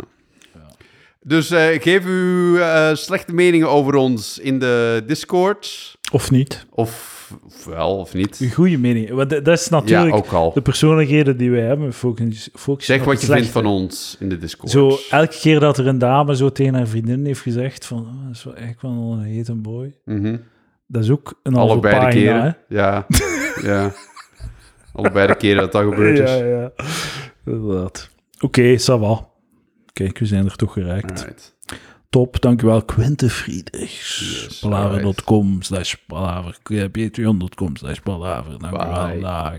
Speaker 2: Dus eh, geef uw eh, slechte meningen over ons in de Discord.
Speaker 1: Of niet?
Speaker 2: Of, of wel, of niet.
Speaker 1: Een goede mening. Want dat dat is
Speaker 2: Ja,
Speaker 1: natuurlijk
Speaker 2: ook al.
Speaker 1: de persoonlijkheden die wij hebben. Focus, focus
Speaker 2: Zeg
Speaker 1: op
Speaker 2: wat
Speaker 1: het
Speaker 2: je
Speaker 1: slechte.
Speaker 2: vindt van ons in de Discord.
Speaker 1: Zo, elke keer dat er een dame zo tegen haar vriendin heeft gezegd van, "Ah, dat is wel echt wel een hete boy.
Speaker 2: Mhm.
Speaker 1: Dat is ook een halve
Speaker 2: Allebei de
Speaker 1: pagina,
Speaker 2: keren.
Speaker 1: hè?
Speaker 2: Ja. ja. Allebei de keren dat dat gebeurd dus. is.
Speaker 1: Ja, ja. Inderdaad. Oké, ça va. Kijk, we zijn er toch geraakt.
Speaker 2: Alright.
Speaker 1: Top, dankjewel Quinte Friedrichs.
Speaker 2: Yes,
Speaker 1: palaver.com slash palaver. Patreon.com slash palaver. Dankjewel.
Speaker 2: Bye.
Speaker 1: Dag.